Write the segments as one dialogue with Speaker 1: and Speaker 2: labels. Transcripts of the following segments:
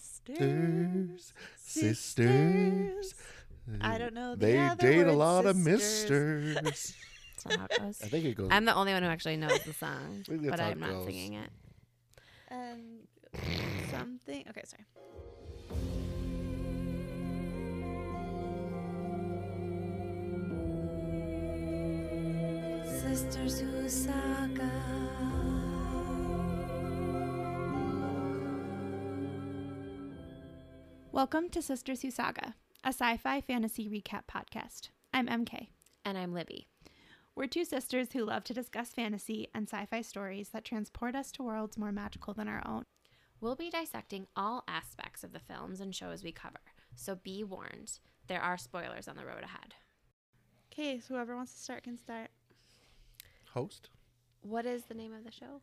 Speaker 1: Sisters,
Speaker 2: sisters.
Speaker 1: I don't know. The
Speaker 2: They
Speaker 1: other
Speaker 2: date a
Speaker 1: word,
Speaker 2: lot of
Speaker 1: sisters.
Speaker 2: misters.
Speaker 3: That's not how it goes.
Speaker 2: I think it goes.
Speaker 3: I'm the only one who actually knows the song,
Speaker 2: think that's
Speaker 3: but
Speaker 2: how it
Speaker 3: I'm not
Speaker 2: goes.
Speaker 3: singing it.
Speaker 1: Um, something. Okay, sorry.
Speaker 4: Sisters who saga.
Speaker 5: Welcome to Sisters Who Saga, a sci fi fantasy recap podcast. I'm MK.
Speaker 3: And I'm Libby.
Speaker 5: We're two sisters who love to discuss fantasy and sci fi stories that transport us to worlds more magical than our own.
Speaker 3: We'll be dissecting all aspects of the films and shows we cover, so be warned. There are spoilers on the road ahead.
Speaker 1: Okay, so whoever wants to start can start.
Speaker 2: Host
Speaker 3: What is the name of the show?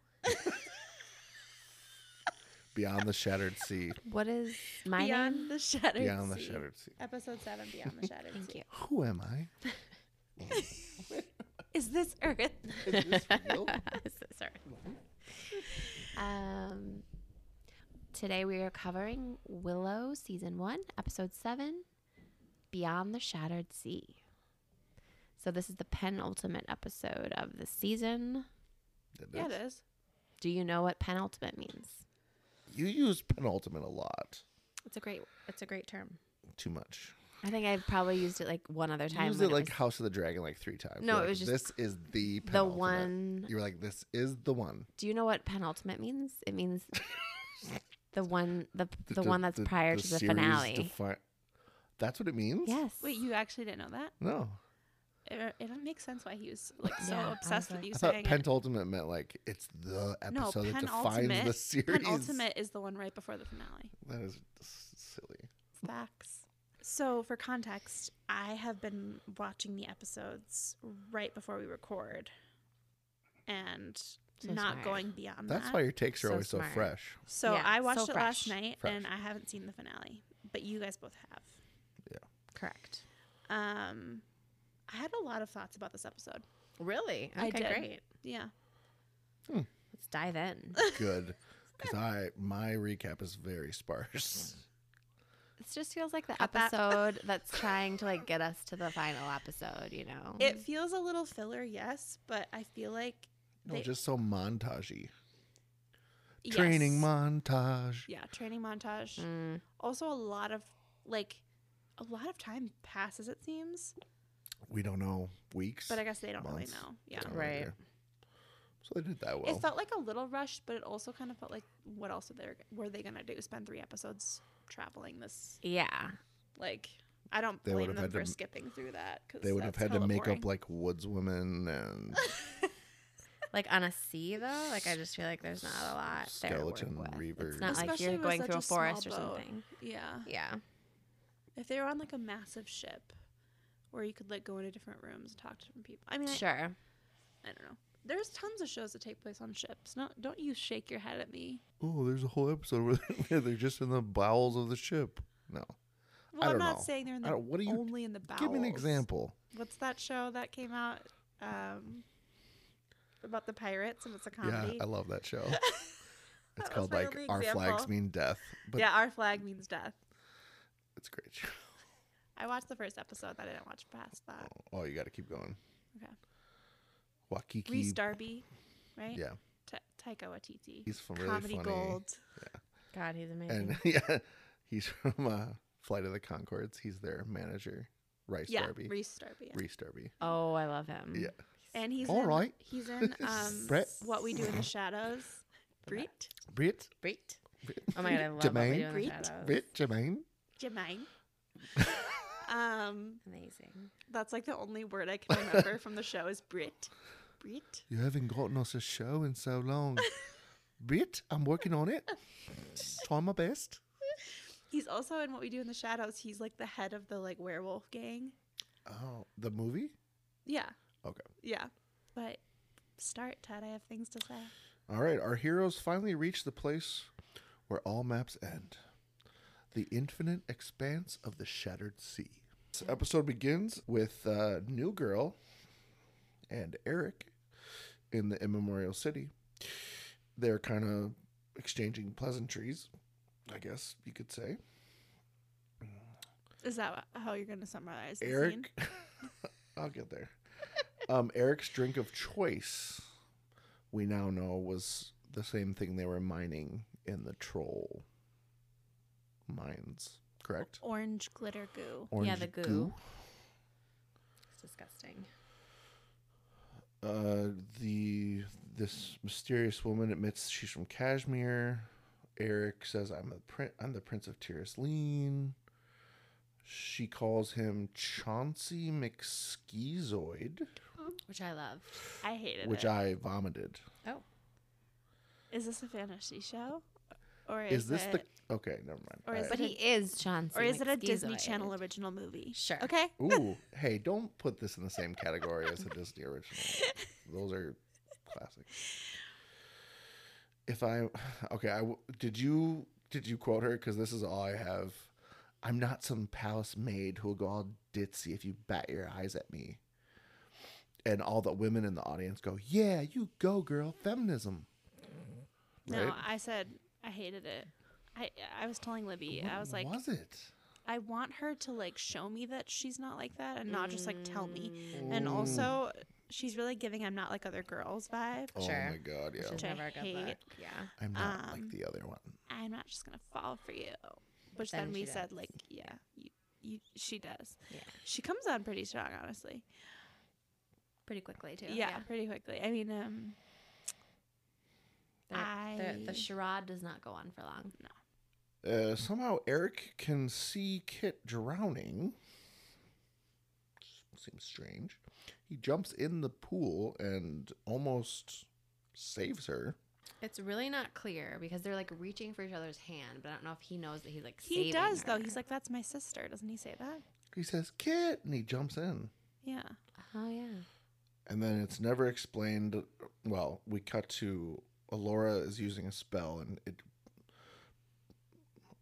Speaker 2: Beyond the Shattered Sea.
Speaker 3: What is my
Speaker 1: Beyond
Speaker 3: name?
Speaker 1: the Shattered
Speaker 2: Beyond the
Speaker 1: Sea.
Speaker 2: Shattered Sea.
Speaker 1: Episode 7, Beyond the Shattered
Speaker 3: Thank
Speaker 1: Sea.
Speaker 3: you.
Speaker 2: Who am I?
Speaker 1: Is this Earth?
Speaker 2: Is this real?
Speaker 3: Is this her? Um, today we are covering Willow season one, episode seven, Beyond the Shattered Sea. So this is the penultimate episode of the season.
Speaker 2: It
Speaker 1: Yeah,
Speaker 2: is.
Speaker 1: it is.
Speaker 3: Do you know what penultimate means?
Speaker 2: You use penultimate a lot.
Speaker 3: It's a great it's a great term.
Speaker 2: Too much.
Speaker 3: I think I've probably used it like one other
Speaker 2: You
Speaker 3: time.
Speaker 2: used
Speaker 3: when
Speaker 2: it like
Speaker 3: was
Speaker 2: House of the Dragon like three times.
Speaker 3: No,
Speaker 2: You're
Speaker 3: it
Speaker 2: like,
Speaker 3: was just
Speaker 2: this is the
Speaker 3: the
Speaker 2: penultimate."
Speaker 3: one.
Speaker 2: You were like, this is the one.
Speaker 3: Do you know what penultimate means? It means the one the the,
Speaker 2: d-
Speaker 3: one that's
Speaker 2: d-
Speaker 3: prior to the
Speaker 2: series
Speaker 3: finale.
Speaker 2: defi- That's what it means.
Speaker 3: yes.
Speaker 1: Wait, you actually didn't know that?
Speaker 2: No,
Speaker 1: It, it makes sense why he was like so
Speaker 3: Yeah, I was
Speaker 1: obsessed
Speaker 3: like-
Speaker 1: with you
Speaker 2: I thought
Speaker 1: saying it.
Speaker 2: penultimate meant like it's the
Speaker 1: No,
Speaker 2: episode that defines
Speaker 1: penultimate-
Speaker 2: the series.
Speaker 1: Penultimate is the one right before the finale.
Speaker 2: That is s- silly.
Speaker 1: Facts. So, for context, I have been watching the episodes right before we record and
Speaker 3: So
Speaker 1: not
Speaker 3: smart.
Speaker 1: going beyond
Speaker 2: That's
Speaker 1: that.
Speaker 2: why your takes are
Speaker 3: So
Speaker 2: always
Speaker 3: smart.
Speaker 2: so fresh.
Speaker 1: So,
Speaker 3: Yeah,
Speaker 1: I
Speaker 3: so
Speaker 1: watched it last
Speaker 3: fresh.
Speaker 1: night
Speaker 2: Fresh.
Speaker 1: and I haven't seen the finale, but you guys both have.
Speaker 3: Correct.
Speaker 1: Um, I had a lot of thoughts about this episode.
Speaker 3: Really?
Speaker 1: I
Speaker 3: Okay,
Speaker 1: did.
Speaker 3: great.
Speaker 1: Yeah.
Speaker 3: Let's dive in.
Speaker 2: Good, because I my recap is very sparse.
Speaker 3: this just feels like the
Speaker 1: Cut that.
Speaker 3: episode that's trying to like get us to the final episode, you know.
Speaker 1: It feels a little filler, yes, but I feel like
Speaker 2: No,
Speaker 1: They-
Speaker 2: just so montagey. Training
Speaker 1: yes.
Speaker 2: montage.
Speaker 1: Yeah, training montage.
Speaker 3: Mm,
Speaker 1: Also, a lot of like, a lot of time passes. It seems,
Speaker 2: We don't know weeks.
Speaker 1: but I guess they don't really
Speaker 2: Months.
Speaker 1: know. Yeah,
Speaker 2: don't know
Speaker 3: Right.
Speaker 2: either. So they did that well.
Speaker 1: it felt like a little rushed, but it also kind of felt like, what else are they were they gonna do? Spend three episodes traveling this?
Speaker 3: yeah.
Speaker 1: Like, I don't
Speaker 2: They
Speaker 1: blame
Speaker 2: would've
Speaker 1: them
Speaker 2: had to
Speaker 1: for
Speaker 2: m-
Speaker 1: skipping through that. 'cause
Speaker 2: they would have
Speaker 1: that's
Speaker 2: had to
Speaker 1: hella
Speaker 2: make up
Speaker 1: boring.
Speaker 2: like woodswomen and
Speaker 3: Like on a sea though, like I just feel like there's not a lot
Speaker 2: Skeleton
Speaker 3: there. To work with.
Speaker 2: reavers.
Speaker 3: It's not like
Speaker 1: Especially
Speaker 3: you're
Speaker 1: with
Speaker 3: going
Speaker 1: such
Speaker 3: through
Speaker 1: a
Speaker 3: a forest or
Speaker 1: small boat.
Speaker 3: something.
Speaker 1: yeah.
Speaker 3: Yeah.
Speaker 1: If they were on like a massive ship, where you could like go into different rooms and talk to different people. I mean, I-
Speaker 3: Sure.
Speaker 1: I don't know. There's tons of shows that take place on ships. No, don't you shake your head at me.
Speaker 2: oh, there's a whole episode where they're- they're just in the bowels of the ship. No,
Speaker 1: Well,
Speaker 2: don't
Speaker 1: I'm not
Speaker 2: know.
Speaker 1: saying they're in
Speaker 2: I
Speaker 1: the
Speaker 2: don't, what do you?
Speaker 1: only in the bowels.
Speaker 2: Give me an example.
Speaker 1: What's that show that came out um, about the pirates and it's a comedy?
Speaker 2: Yeah, I love that show. It's
Speaker 1: That was
Speaker 2: called
Speaker 1: my
Speaker 2: like
Speaker 1: only
Speaker 2: Our Flags
Speaker 1: example.
Speaker 2: Mean Death, but
Speaker 1: Yeah, our flag means death.
Speaker 2: it's a great. show.
Speaker 1: I watched the first episode. I didn't watch past that.
Speaker 2: Oh, you got to keep going.
Speaker 1: Okay.
Speaker 2: Waikiki.
Speaker 1: Reese Darby, right?
Speaker 2: Oh, Yeah,
Speaker 1: Ta Taika Waititi.
Speaker 2: he's from really
Speaker 1: comedy
Speaker 2: funny.
Speaker 1: gold.
Speaker 3: God, he's amazing.
Speaker 2: And yeah, he's from uh, Flight of the Concords. He's their manager, Rice
Speaker 1: Yeah,
Speaker 2: Darby.
Speaker 1: Reese Darby. yeah.
Speaker 2: Reese Darby.
Speaker 3: oh, I love him.
Speaker 2: Yeah.
Speaker 1: And he's
Speaker 2: All
Speaker 1: in,
Speaker 2: right.
Speaker 1: He's in um,
Speaker 2: Brett.
Speaker 1: What We Do in the Shadows. Brit,
Speaker 2: Brit.
Speaker 3: Great. Oh my god, I love what we
Speaker 2: Jermaine.
Speaker 3: do in the
Speaker 1: Great.
Speaker 3: shadows.
Speaker 2: Brit. Jermaine.
Speaker 1: Jermaine. um,
Speaker 3: Amazing.
Speaker 1: that's like the only word I can remember from the show is Brit. Brit.
Speaker 2: You haven't gotten us a show in so long. Brit, I'm working on it. Try my best.
Speaker 1: He's also in What We Do in the Shadows. He's like the head of the like werewolf gang.
Speaker 2: Oh, the movie?
Speaker 1: Yeah.
Speaker 2: Okay.
Speaker 1: Yeah. But start, Ted. I have things to say.
Speaker 2: All right, our heroes finally reach the place where all maps end the infinite expanse of the shattered sea. This episode begins with uh, New Girl and Eric in the immemorial city. They're kind of exchanging pleasantries I guess you could say.
Speaker 1: Is that how you're going to summarize the scene?
Speaker 2: Eric, I'll get there. Um, Eric's drink of choice, we now know was the same thing they were mining in the troll mines, correct?
Speaker 1: Orange glitter goo.
Speaker 3: Yeah, the goo. It's disgusting.
Speaker 2: Uh, the this mysterious woman admits she's from Kashmir. Eric says, "I'm the prin- I'm the Prince of Tirisleen." She calls him Chauncey McSkeezoid,
Speaker 3: Which I love.
Speaker 1: I hated
Speaker 2: which
Speaker 1: it.
Speaker 2: I vomited.
Speaker 3: Oh.
Speaker 1: Is this a fantasy show? Or is,
Speaker 2: Is this
Speaker 1: it,
Speaker 2: the okay? Never mind.
Speaker 1: or is
Speaker 2: I-
Speaker 3: But he is Chauncey.
Speaker 1: or is it a Disney
Speaker 3: McSchizoid.
Speaker 1: Channel original movie?
Speaker 3: Sure.
Speaker 1: Okay.
Speaker 2: Ooh, hey, don't put this in the same category as a Disney original. Those are classic. If I okay, I w- did you did you quote her because this is all I have. I'm not some palace maid who'll go all ditzy if you bat your eyes at me. And all the women in the audience go, "Yeah, you go, girl, feminism."
Speaker 1: No,
Speaker 2: Right?
Speaker 1: I said I hated it. I I was telling Libby, I was like,
Speaker 2: "Was it?"
Speaker 1: I want her to like show me that she's not like that and not just like tell me.
Speaker 2: Mm.
Speaker 1: And also, she's really giving I'm not like other girls vibe.
Speaker 2: Oh
Speaker 3: Sure.
Speaker 2: my god, yeah.
Speaker 3: Which is
Speaker 1: Which I
Speaker 3: never a good
Speaker 1: hate.
Speaker 3: look. Yeah.
Speaker 2: I'm not like
Speaker 1: um,
Speaker 2: the other one.
Speaker 1: I'm not just gonna fall for you. Which
Speaker 3: then
Speaker 1: then, we
Speaker 3: she
Speaker 1: said
Speaker 3: does.
Speaker 1: like, yeah, you, you, she does.
Speaker 3: Yeah.
Speaker 1: She comes on pretty strong, honestly.
Speaker 3: Pretty quickly too.
Speaker 1: Yeah, pretty quickly. I mean, um,
Speaker 3: They're- they're-
Speaker 1: I-
Speaker 3: the charade does not go on for long.
Speaker 2: Uh, somehow Eric can see Kit drowning. Seems strange. He jumps in the pool and almost saves her.
Speaker 3: It's really not clear because they're like reaching for each other's hand, but I don't know if he knows that he's like.
Speaker 1: he does though. He's like, that's my sister. Doesn't he say that?
Speaker 2: He says, Kit! And he jumps in.
Speaker 1: Yeah.
Speaker 3: oh yeah.
Speaker 2: And then it's never explained. Well, we cut to Alora is using a spell, and it.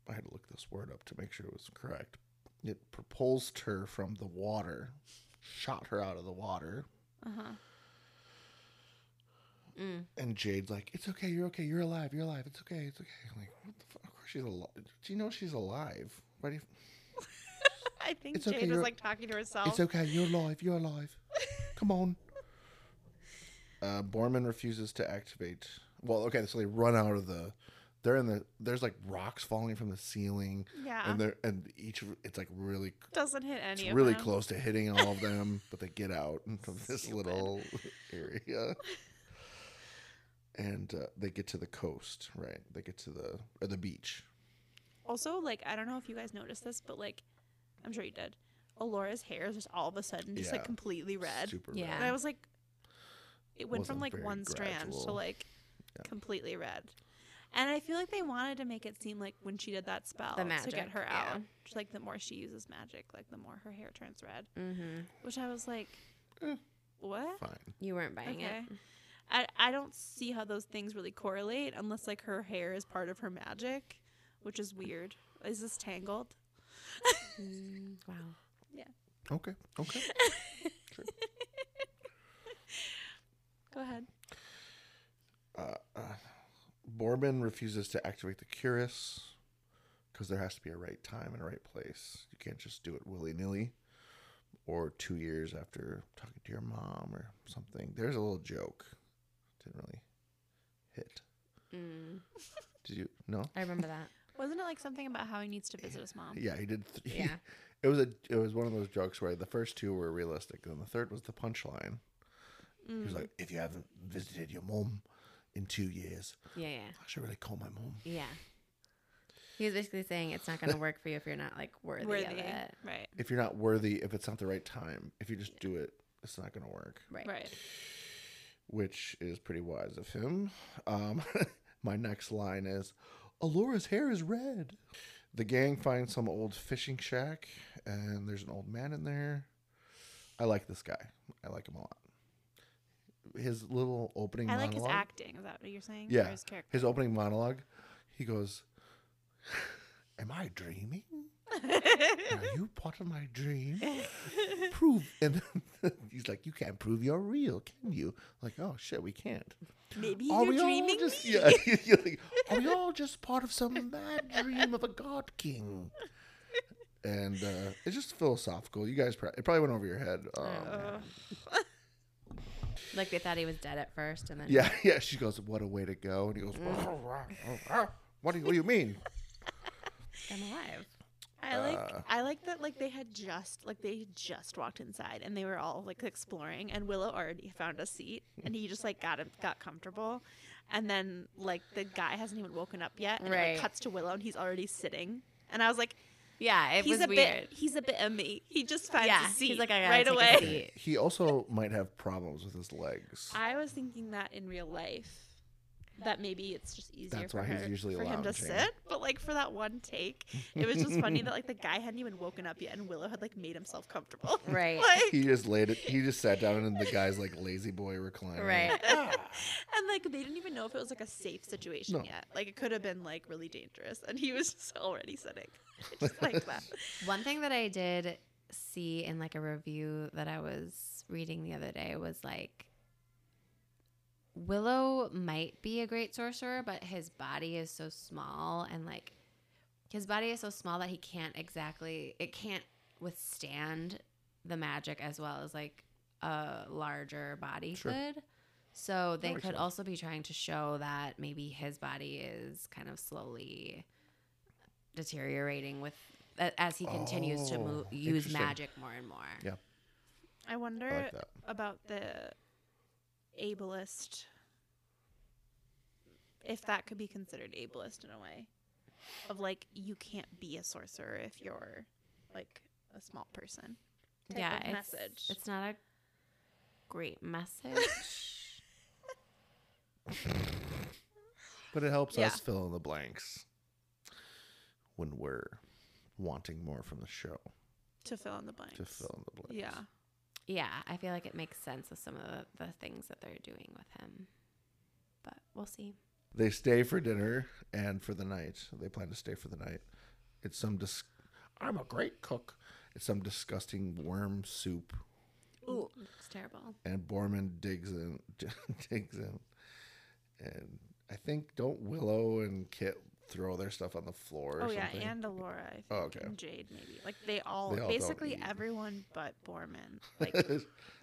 Speaker 2: I had to look this word up to make sure it was correct. It propulsed her from the water, shot her out of the water,
Speaker 1: Uh huh.
Speaker 3: Mm.
Speaker 2: And Jade's like, "It's okay, you're okay, you're alive, you're alive, it's okay, it's okay." I'm like, "What the fuck? Of course she's alive. Do you know she's alive? Why do you?
Speaker 1: I think
Speaker 2: It's
Speaker 1: Jade
Speaker 2: okay,
Speaker 1: was
Speaker 2: you're-
Speaker 1: like talking to herself.
Speaker 2: It's okay, you're alive, you're alive. Come on." Uh, Borman refuses to activate. Well, okay, so they run out of the. They're in the. There's like rocks falling from the ceiling,
Speaker 1: yeah.
Speaker 2: and they're and each of- it's like really.
Speaker 1: Doesn't hit any
Speaker 2: It's
Speaker 1: of
Speaker 2: really
Speaker 1: them.
Speaker 2: close to hitting all of them, but they get out from this
Speaker 1: Stupid.
Speaker 2: little area. And uh, they get to the coast, right? They get to the or the beach,
Speaker 1: Also, like, I don't know if you guys noticed this, but like, I'm sure you did. Alora's hair is just all of a sudden just like
Speaker 2: Yeah.
Speaker 1: completely red.
Speaker 2: Super
Speaker 3: Yeah.
Speaker 1: And I was like, it went
Speaker 2: Wasn't
Speaker 1: from like
Speaker 2: very
Speaker 1: one strand to
Speaker 2: gradual.
Speaker 1: like completely red. And I feel like they wanted to make it seem like when she did that spell to
Speaker 3: magic,
Speaker 1: get her
Speaker 3: yeah.
Speaker 1: out, just, like the more she uses magic, like the more her hair turns red.
Speaker 3: Mm-hmm.
Speaker 1: Which I was like,
Speaker 2: Eh.
Speaker 1: what?
Speaker 2: Fine.
Speaker 3: You weren't buying
Speaker 1: Okay.
Speaker 3: it.
Speaker 1: I, I don't see how those things really correlate unless like her hair is part of her magic, which is weird. Is this tangled?
Speaker 3: Mm, wow.
Speaker 2: Okay. Okay.
Speaker 1: Go ahead.
Speaker 2: uh, uh, Borman refuses to activate the Curus because there has to be a right time and a right place. You can't just do it willy nilly or two years after talking to your mom or something. There's a little joke. Didn't really hit.
Speaker 3: Mm.
Speaker 2: Did you? No?
Speaker 3: I remember that.
Speaker 1: Wasn't it like something about how he needs to visit his mom?
Speaker 2: Yeah, he did. Th-
Speaker 3: Yeah.
Speaker 2: it was a it was one of those jokes where the first two were realistic, and the third was the punchline. He was like, "If you haven't visited your mom in two years,
Speaker 3: Yeah, yeah,
Speaker 2: I should really call my mom."
Speaker 3: yeah. He was basically saying it's not going to work for you if you're not like worthy, of
Speaker 1: Worthy.
Speaker 3: it.
Speaker 1: Right.
Speaker 2: If you're not worthy, if it's not the right time, if you just do it, it's not going to work.
Speaker 3: Right.
Speaker 1: Right.
Speaker 2: Which is pretty wise of him. Um, my next line is, "Alora's hair is red." The gang finds some old fishing shack, and there's an old man in there. I like this guy. I like him a lot. His little opening.
Speaker 1: I like
Speaker 2: monologue,
Speaker 1: his acting. Is that what you're saying?
Speaker 2: Yeah.
Speaker 1: Or his character.
Speaker 2: his opening monologue, he goes, Am I dreaming? Are you part of my dream? prove. And then he's like, you can't prove you're real, can you? like, oh shit, we can't.
Speaker 1: Maybe
Speaker 2: Are
Speaker 1: you're
Speaker 2: we all
Speaker 1: dreaming.
Speaker 2: just yeah? you're like, Are we all just part of some mad dream of a god king? And uh, it's just philosophical. You guys, pro- it probably went over your head. Um,
Speaker 1: Oh,
Speaker 3: Like they thought he was dead at first, and then
Speaker 2: yeah, yeah. She goes, "What a way to go!" And he goes,
Speaker 1: Mm.
Speaker 2: "What do you, what do you mean?"
Speaker 3: I'm alive.
Speaker 1: I
Speaker 2: Uh,
Speaker 1: like I like that like they had just like they just walked inside and they were all like exploring and Willow already found a seat and he just like got him got comfortable and then like the guy hasn't even woken up yet and it
Speaker 3: Right.
Speaker 1: like, cuts to Willow and he's already sitting and I was like
Speaker 3: Yeah, it
Speaker 1: he's
Speaker 3: was
Speaker 1: a
Speaker 3: weird.
Speaker 1: bit he's a bit of me he just finds
Speaker 3: yeah,
Speaker 1: a seat
Speaker 3: he's like, I gotta
Speaker 1: right
Speaker 3: take
Speaker 1: away
Speaker 3: a seat.
Speaker 2: He also might have problems with his legs.
Speaker 1: I was thinking that in real life that maybe it's just easier
Speaker 2: That's
Speaker 1: for,
Speaker 2: why he's
Speaker 1: her-
Speaker 2: usually
Speaker 1: for him to
Speaker 2: lounging.
Speaker 1: sit. But like for that one take, it was just funny that like the guy hadn't even woken up yet, and Willow had like made himself comfortable.
Speaker 3: Right.
Speaker 1: like,
Speaker 2: He just laid it. He just sat down in the guy's like lazy boy Ah. recliner.
Speaker 3: Right.
Speaker 1: and like they didn't even know if it was like a safe situation
Speaker 2: No.
Speaker 1: yet. Like it could have been like really dangerous, and he was just already sitting. I just like that.
Speaker 3: One thing that I did see in like a review that I was reading the other day was like Willow might be a great sorcerer, but his body is so small and like his body is so small that he can't exactly it can't withstand the magic as well as like a larger body
Speaker 2: Sure.
Speaker 3: could. So they
Speaker 2: makes
Speaker 3: could
Speaker 2: sense.
Speaker 3: also be trying to show that maybe his body is kind of slowly deteriorating with a- as he continues to
Speaker 2: Oh,
Speaker 3: move, use
Speaker 2: interesting.
Speaker 3: magic more and more.
Speaker 2: Yeah.
Speaker 1: I wonder
Speaker 2: I like that.
Speaker 1: about the ableist. If that could be considered ableist in a way, of like you can't be a sorcerer if you're like a small person. Type
Speaker 3: yeah,
Speaker 1: of
Speaker 3: it's,
Speaker 1: message.
Speaker 3: It's not a great message.
Speaker 2: But it helps
Speaker 1: Yeah.
Speaker 2: us fill in the blanks when we're wanting more from the show
Speaker 1: to fill in the blanks.
Speaker 2: to fill in the blanks.
Speaker 1: Yeah,
Speaker 3: yeah, I feel like it makes sense with some of the, the things that they're doing with him. But we'll see.
Speaker 2: They stay for dinner and for the night. They plan to stay for the night. It's some dis- I'm a great cook. It's some disgusting worm soup
Speaker 3: Ooh, it's terrible.
Speaker 2: and Borman digs in digs in. And I think don't Willow and Kit throw their stuff on the floor or
Speaker 1: Oh yeah,
Speaker 2: something.
Speaker 1: and Alora, I think,
Speaker 2: Oh, okay.
Speaker 1: and Jade maybe. Like they all,
Speaker 2: They all don't
Speaker 1: basically
Speaker 2: eat.
Speaker 1: everyone but Borman like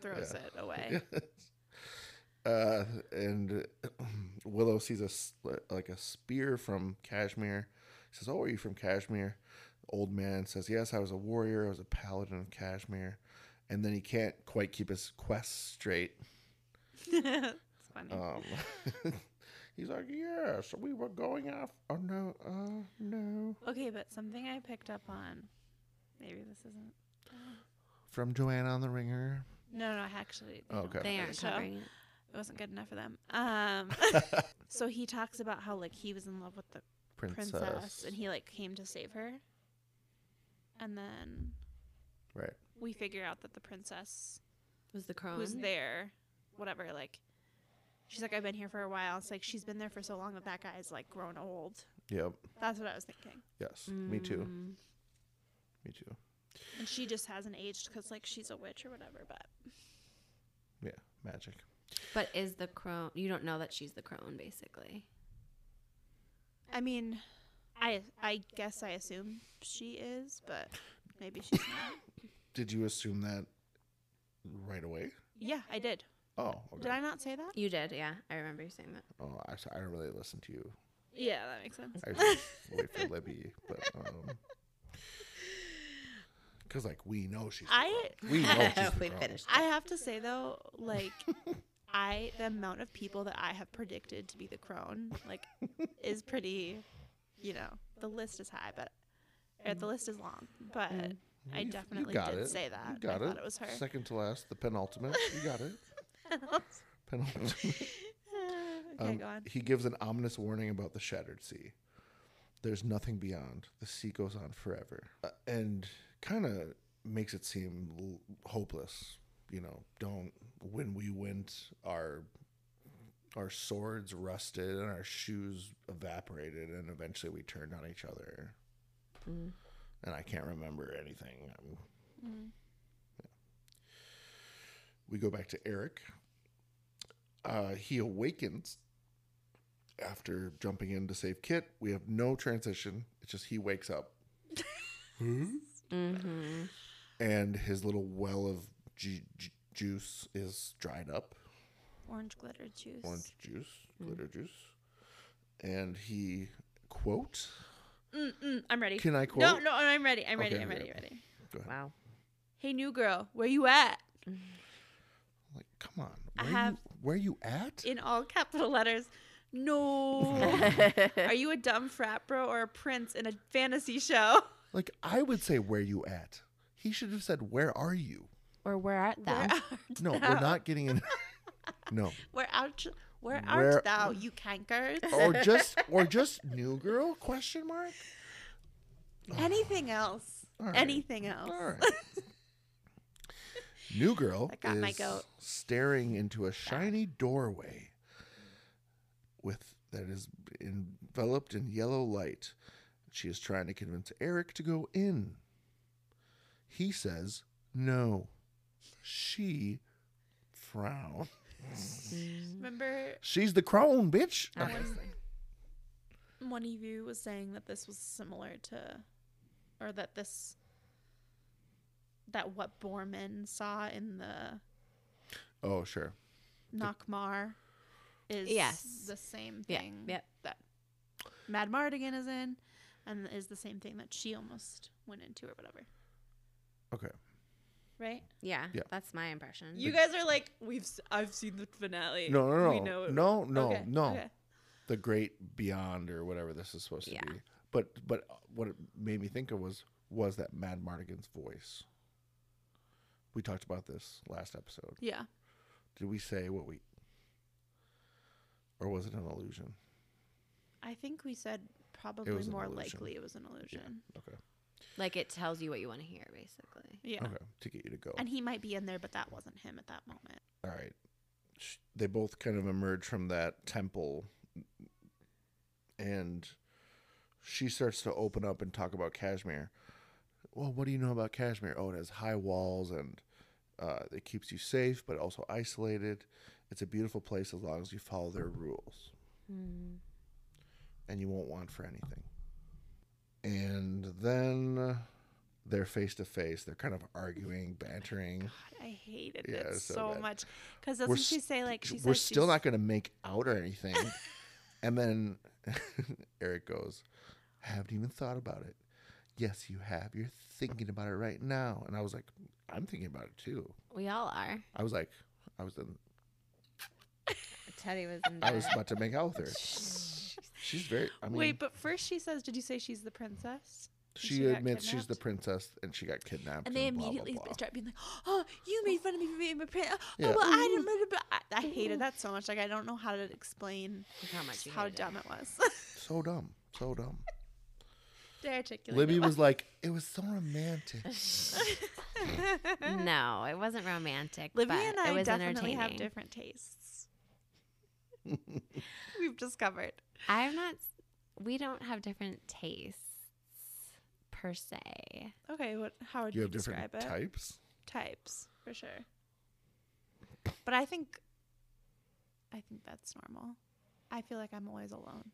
Speaker 1: throws
Speaker 2: Yeah.
Speaker 1: it away.
Speaker 2: uh, and Willow sees a s- like a spear from Kashmir. She says, "Oh, are you from Kashmir?" Old man says, "Yes, I was a warrior. I was a paladin of Kashmir." And then he can't quite keep his quest straight.
Speaker 1: It's funny.
Speaker 2: Um, he's like, "Yes, we were going off." Oh no, oh no.
Speaker 1: okay, but something I picked up on. Maybe this isn't.
Speaker 2: From Joanna on the Ringer.
Speaker 1: No, no, I actually.
Speaker 2: Oh,
Speaker 1: don't
Speaker 2: okay.
Speaker 3: They
Speaker 1: like
Speaker 3: aren't
Speaker 1: the show.
Speaker 3: covering it.
Speaker 1: It wasn't good enough for them. Um, so he talks about how like he was in love with the
Speaker 2: Princess.
Speaker 1: princess, and he like came to save her, and then
Speaker 2: right.
Speaker 1: we figure out that the princess
Speaker 3: Was the crone?
Speaker 1: who's there, whatever, like she's like I've been here for a while. It's like she's been there for so long that that guy's like grown old.
Speaker 2: Yep.
Speaker 1: That's what I was thinking,
Speaker 2: Yes. Me too.
Speaker 3: Mm,
Speaker 1: Mm.
Speaker 2: Me too.
Speaker 1: and she just hasn't aged because like she's a witch or whatever. But
Speaker 2: Yeah. Magic.
Speaker 3: But is the crone? You don't know that she's the crone, basically.
Speaker 1: I mean, I I guess I assume she is, but maybe she's not.
Speaker 2: Did you assume that right away?
Speaker 1: Yeah, I did.
Speaker 2: Oh, okay.
Speaker 1: Did I not say that?
Speaker 3: You did, yeah. I remember you saying that.
Speaker 2: Oh, I, I don't really listen to you.
Speaker 1: Yeah, that makes sense.
Speaker 2: I just wait for Libby, but um, because like we know she's. the
Speaker 1: I-
Speaker 2: girl. we know she's the
Speaker 3: We
Speaker 2: girl.
Speaker 3: finished.
Speaker 1: I have to say though, like I the amount of people that I have predicted to be the crone, like is pretty you know, the list is high, but or the list is long. But I
Speaker 2: Mm-hmm. You- you
Speaker 1: definitely
Speaker 2: got
Speaker 1: did
Speaker 2: it.
Speaker 1: say that.
Speaker 2: You got
Speaker 1: I
Speaker 2: it.
Speaker 1: thought it was her.
Speaker 2: Second to last, the penultimate. You got it. penultimate.
Speaker 1: okay,
Speaker 2: Um,
Speaker 1: go on.
Speaker 2: He gives an ominous warning about the shattered sea. There's nothing beyond. The sea goes on forever. Uh, and kind of makes it seem l- hopeless. You know, don't when we went our our swords rusted and our shoes evaporated and eventually we turned on each other. and I can't remember anything. Um, yeah. We go back to Eric. Uh, he awakens after jumping in to save Kit. We have no transition. It's just he wakes up. Hmm?
Speaker 3: Mm-hmm.
Speaker 2: and his little well of ju- ju- juice is dried up
Speaker 1: Orange glitter juice.
Speaker 2: orange juice,
Speaker 1: Mm-hmm.
Speaker 2: glitter juice. And he, quote,
Speaker 1: Mm, mm, I'm ready.
Speaker 2: can I quote?
Speaker 1: No, no, I'm ready. I'm ready.
Speaker 2: Okay,
Speaker 1: I'm
Speaker 2: okay.
Speaker 1: ready. Ready.
Speaker 3: Wow.
Speaker 1: Hey, new girl, where you at?
Speaker 2: Like, come on.
Speaker 1: I
Speaker 2: Where, you-
Speaker 1: have-
Speaker 2: where you at?
Speaker 1: In all capital letters. No. Are you a dumb frat bro or a prince in a fantasy show?
Speaker 2: like, I would say, where you at? He should have said, where are you?
Speaker 3: or where art thou?
Speaker 2: No, we're not getting in. no.
Speaker 1: Where art? Where
Speaker 2: Where- Oh.
Speaker 1: art thou, you cankers?
Speaker 2: Or just, or just new girl? Question mark.
Speaker 1: Anything else?
Speaker 2: All right.
Speaker 1: Anything else?
Speaker 2: All right. New girl
Speaker 1: That got
Speaker 2: is
Speaker 1: my goat.
Speaker 2: staring into a shiny doorway with that is enveloped in yellow light. She is trying to convince Eric to go in. He says no. She frown.
Speaker 3: Mm.
Speaker 1: Remember
Speaker 2: She's the crone, bitch.
Speaker 3: Oh.
Speaker 2: Okay.
Speaker 1: one of you was saying that this was similar to, or that this, that what Borman saw in the
Speaker 2: Oh, sure.
Speaker 1: Nakmar is
Speaker 3: Yes.
Speaker 1: the same
Speaker 3: Yeah,
Speaker 1: thing
Speaker 3: yep.
Speaker 1: that Mad Mardigan is in and is the same thing that she almost went into or whatever,
Speaker 2: Okay.
Speaker 1: right?
Speaker 3: Yeah,
Speaker 2: Yeah.
Speaker 3: that's my impression.
Speaker 1: You guys are like, we've s- I've seen the finale.
Speaker 2: Mm-hmm. No, no, no.
Speaker 1: We know it-
Speaker 2: No, no,
Speaker 1: Okay,
Speaker 2: no.
Speaker 1: okay.
Speaker 2: the great beyond or whatever this is supposed to
Speaker 3: Yeah.
Speaker 2: be. But but what it made me think of was was that Mad Mardigan's voice. We talked about this last episode.
Speaker 1: Yeah.
Speaker 2: Did we say what we or was it an illusion?
Speaker 1: I think we said probably
Speaker 2: an
Speaker 1: more
Speaker 2: illusion.
Speaker 1: likely it was an illusion.
Speaker 2: Okay.
Speaker 3: like it tells you what you want to hear, basically.
Speaker 1: Yeah.
Speaker 2: Okay. To get you to go.
Speaker 1: And he might be in there, but that wasn't him at that moment.
Speaker 2: All right. Sh- They both kind of emerge from that temple and she starts to open up and talk about Kashmir. Well, what do you know about Kashmir? Oh, it has high walls and uh, it keeps you safe but also isolated. It's a beautiful place as long as you follow their rules
Speaker 1: Hmm.
Speaker 2: and you won't want for anything. And then they're face to face. They're kind of arguing, bantering.
Speaker 1: God, I hated
Speaker 2: Mm-hmm. Yeah,
Speaker 1: it
Speaker 2: it's so
Speaker 1: so,
Speaker 2: bad.
Speaker 1: much. Because
Speaker 2: We're
Speaker 1: doesn't she
Speaker 2: s-
Speaker 1: say like she
Speaker 2: we're
Speaker 1: says
Speaker 2: still
Speaker 1: she's-
Speaker 2: not going to make out or anything. and then Eric goes, I haven't even thought about it. Yes, you have. You're thinking about it right now. And I was like, I'm thinking about it too.
Speaker 3: We all are.
Speaker 2: I was like, I was in,
Speaker 3: Teddy was in
Speaker 2: I was about to make out with her. She's very. I mean,
Speaker 1: Wait, but first she says, "Did you say she's the princess?"
Speaker 2: she,
Speaker 1: she got
Speaker 2: admits she's the
Speaker 1: kidnapped?
Speaker 2: princess and she got kidnapped.
Speaker 1: And they
Speaker 2: blah, blah,
Speaker 1: immediately
Speaker 2: blah.
Speaker 1: start being like, "Oh, you made fun of me for being a princess.
Speaker 2: Yeah. Mm-hmm.
Speaker 1: Oh, well, I didn't." Blah, blah, blah." I, I hated that so much. Like, I don't know how to explain
Speaker 3: how much you
Speaker 1: how
Speaker 3: hated it.
Speaker 1: dumb it was.
Speaker 2: so dumb, so dumb.
Speaker 1: they articulate.
Speaker 2: Libby
Speaker 1: it well.
Speaker 2: was like, it was so romantic.
Speaker 3: No, it wasn't romantic.
Speaker 1: Libby
Speaker 3: but
Speaker 1: and
Speaker 3: it
Speaker 1: I
Speaker 3: was
Speaker 1: definitely have
Speaker 3: entertaining.
Speaker 1: different tastes. We've discovered.
Speaker 3: I'm not. We don't have different tastes per se.
Speaker 1: Okay, what? How would
Speaker 2: you
Speaker 1: you,
Speaker 2: have
Speaker 1: describe
Speaker 2: different
Speaker 1: it?
Speaker 2: types.
Speaker 1: Types for sure. But I think, I think that's normal. I feel like I'm always alone.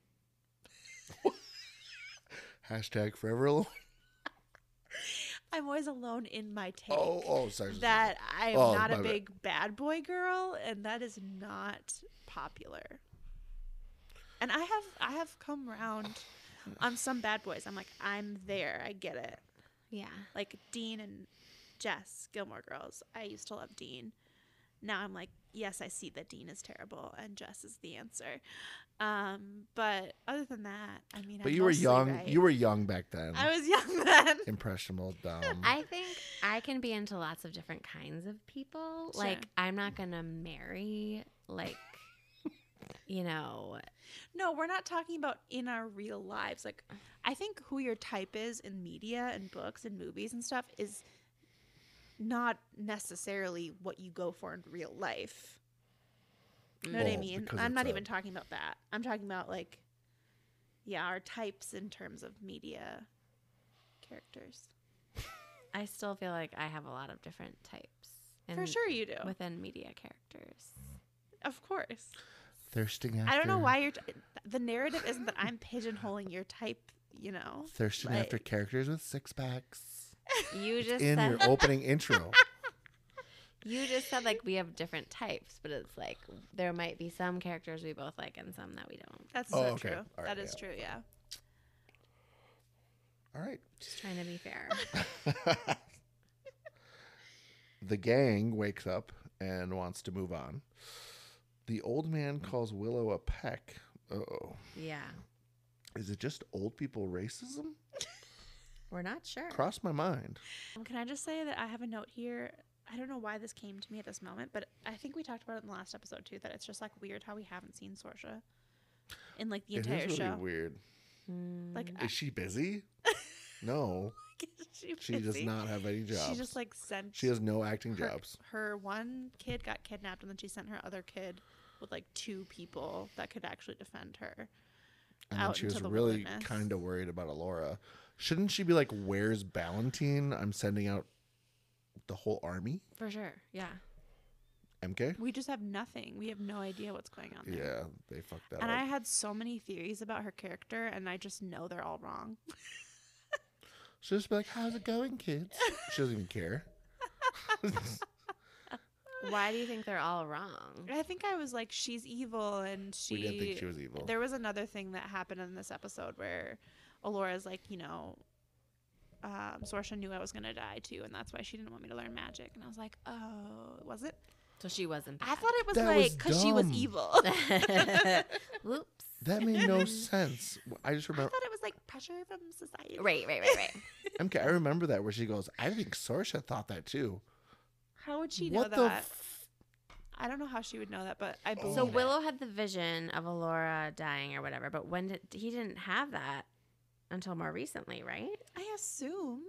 Speaker 2: Hashtag forever alone.
Speaker 1: I'm always alone in my take.
Speaker 2: Oh, oh, sorry. sorry, sorry.
Speaker 1: that I am
Speaker 2: Oh,
Speaker 1: not
Speaker 2: my bad.
Speaker 1: a big bad boy girl, and that is not popular. And I have I have come round on some bad boys. I'm like I'm there. I get it.
Speaker 3: Yeah.
Speaker 1: Like Dean and Jess, Gilmore Girls. I used to love Dean. Now I'm like, yes, I see that Dean is terrible and Jess is the answer. Um, but other than that, I mean,
Speaker 2: But
Speaker 1: I'm
Speaker 2: you were
Speaker 1: mostly
Speaker 2: young.
Speaker 1: right.
Speaker 2: You were young back then.
Speaker 1: I was young then.
Speaker 2: Impressionable, dumb.
Speaker 3: I think I can be into lots of different kinds of people.
Speaker 1: Sure.
Speaker 3: Like I'm not gonna marry like you know
Speaker 1: No, we're not talking about in our real lives. Like, I think who your type is in media and books and movies and stuff is not necessarily what you go for in real life. You know what I
Speaker 2: Well,
Speaker 1: mean?
Speaker 2: because
Speaker 1: I'm
Speaker 2: it's
Speaker 1: not
Speaker 2: a-
Speaker 1: even talking about that. I'm talking about like, yeah, our types in terms of media characters.
Speaker 3: I still feel like I have a lot of different types.
Speaker 1: For
Speaker 3: in-
Speaker 1: sure you do.
Speaker 3: Within media characters.
Speaker 1: of course.
Speaker 2: Thirsting after.
Speaker 1: I don't know why you're. T- the narrative isn't that I'm pigeonholing your type, you know?
Speaker 2: Thirsting after
Speaker 1: like-
Speaker 2: characters with six packs.
Speaker 3: You just
Speaker 2: In
Speaker 3: said
Speaker 2: your opening intro.
Speaker 3: you just said like we have different types, but it's like there might be some characters we both like and some that we don't.
Speaker 1: That's
Speaker 2: Oh,
Speaker 1: so
Speaker 2: okay.
Speaker 1: true.
Speaker 2: All right,
Speaker 1: that is
Speaker 2: yeah.
Speaker 1: true, yeah.
Speaker 2: All right.
Speaker 3: Just trying to be fair.
Speaker 2: the gang wakes up and wants to move on. The old man calls Willow a peck. Oh,
Speaker 3: yeah.
Speaker 2: is it just old people racism?
Speaker 3: We're not sure.
Speaker 2: Crossed my mind.
Speaker 1: Um, Can I just say that I have a note here? I don't know why this came to me at this moment, but I think we talked about it in the last episode too. That it's just like weird how we haven't seen Sorsha in like the
Speaker 2: It is
Speaker 1: entire
Speaker 2: really
Speaker 1: show.
Speaker 2: weird.
Speaker 3: Hmm.
Speaker 1: Like
Speaker 2: Is she busy? no,
Speaker 1: she,
Speaker 2: she does
Speaker 1: busy?
Speaker 2: not have any jobs.
Speaker 1: She just like sent.
Speaker 2: she has no acting
Speaker 1: her,
Speaker 2: jobs.
Speaker 1: Her one kid got kidnapped, and then she sent her other kid with like two people that could actually defend her.
Speaker 2: And then
Speaker 1: out
Speaker 2: she was
Speaker 1: into the
Speaker 2: really
Speaker 1: wilderness.
Speaker 2: kind of worried about Alora. Shouldn't she be like, "Where's Ballantine? I'm sending out the whole army."
Speaker 3: For sure. Yeah.
Speaker 2: MK.
Speaker 1: We just have nothing. We have no idea what's going on there.
Speaker 2: Yeah, they fucked that
Speaker 1: And
Speaker 2: up.
Speaker 1: I had so many theories about her character, and I just know they're all wrong.
Speaker 2: She'll just be like, "How's it going, kids?" she doesn't even care.
Speaker 3: Why do you think they're all wrong?
Speaker 1: I think I was like, she's evil, and she.
Speaker 2: we didn't think she was evil.
Speaker 1: There was another thing that happened in this episode where Alora's like, you know, um, Sorsha knew I was gonna die too, and that's why she didn't want me to learn magic. And I was like, oh, was it?
Speaker 3: So she wasn't.
Speaker 1: I thought it was
Speaker 2: That
Speaker 1: like
Speaker 2: was
Speaker 1: because she was
Speaker 2: dumb.
Speaker 1: evil.
Speaker 3: bad. Whoops.
Speaker 2: That made no sense. I just
Speaker 1: I
Speaker 2: remember
Speaker 1: thought it was like pressure from society.
Speaker 3: Right, right, right, right.
Speaker 2: MK. I remember that where she goes, "I think Sorsha thought that too."
Speaker 1: How would she know
Speaker 2: what the?
Speaker 1: that?
Speaker 2: F-
Speaker 1: I I don't know how she would know that, but I believe
Speaker 2: Oh,
Speaker 3: So
Speaker 1: it.
Speaker 3: Willow had the vision of Alora dying or whatever, but when did he didn't have that until more recently, right?
Speaker 1: I assume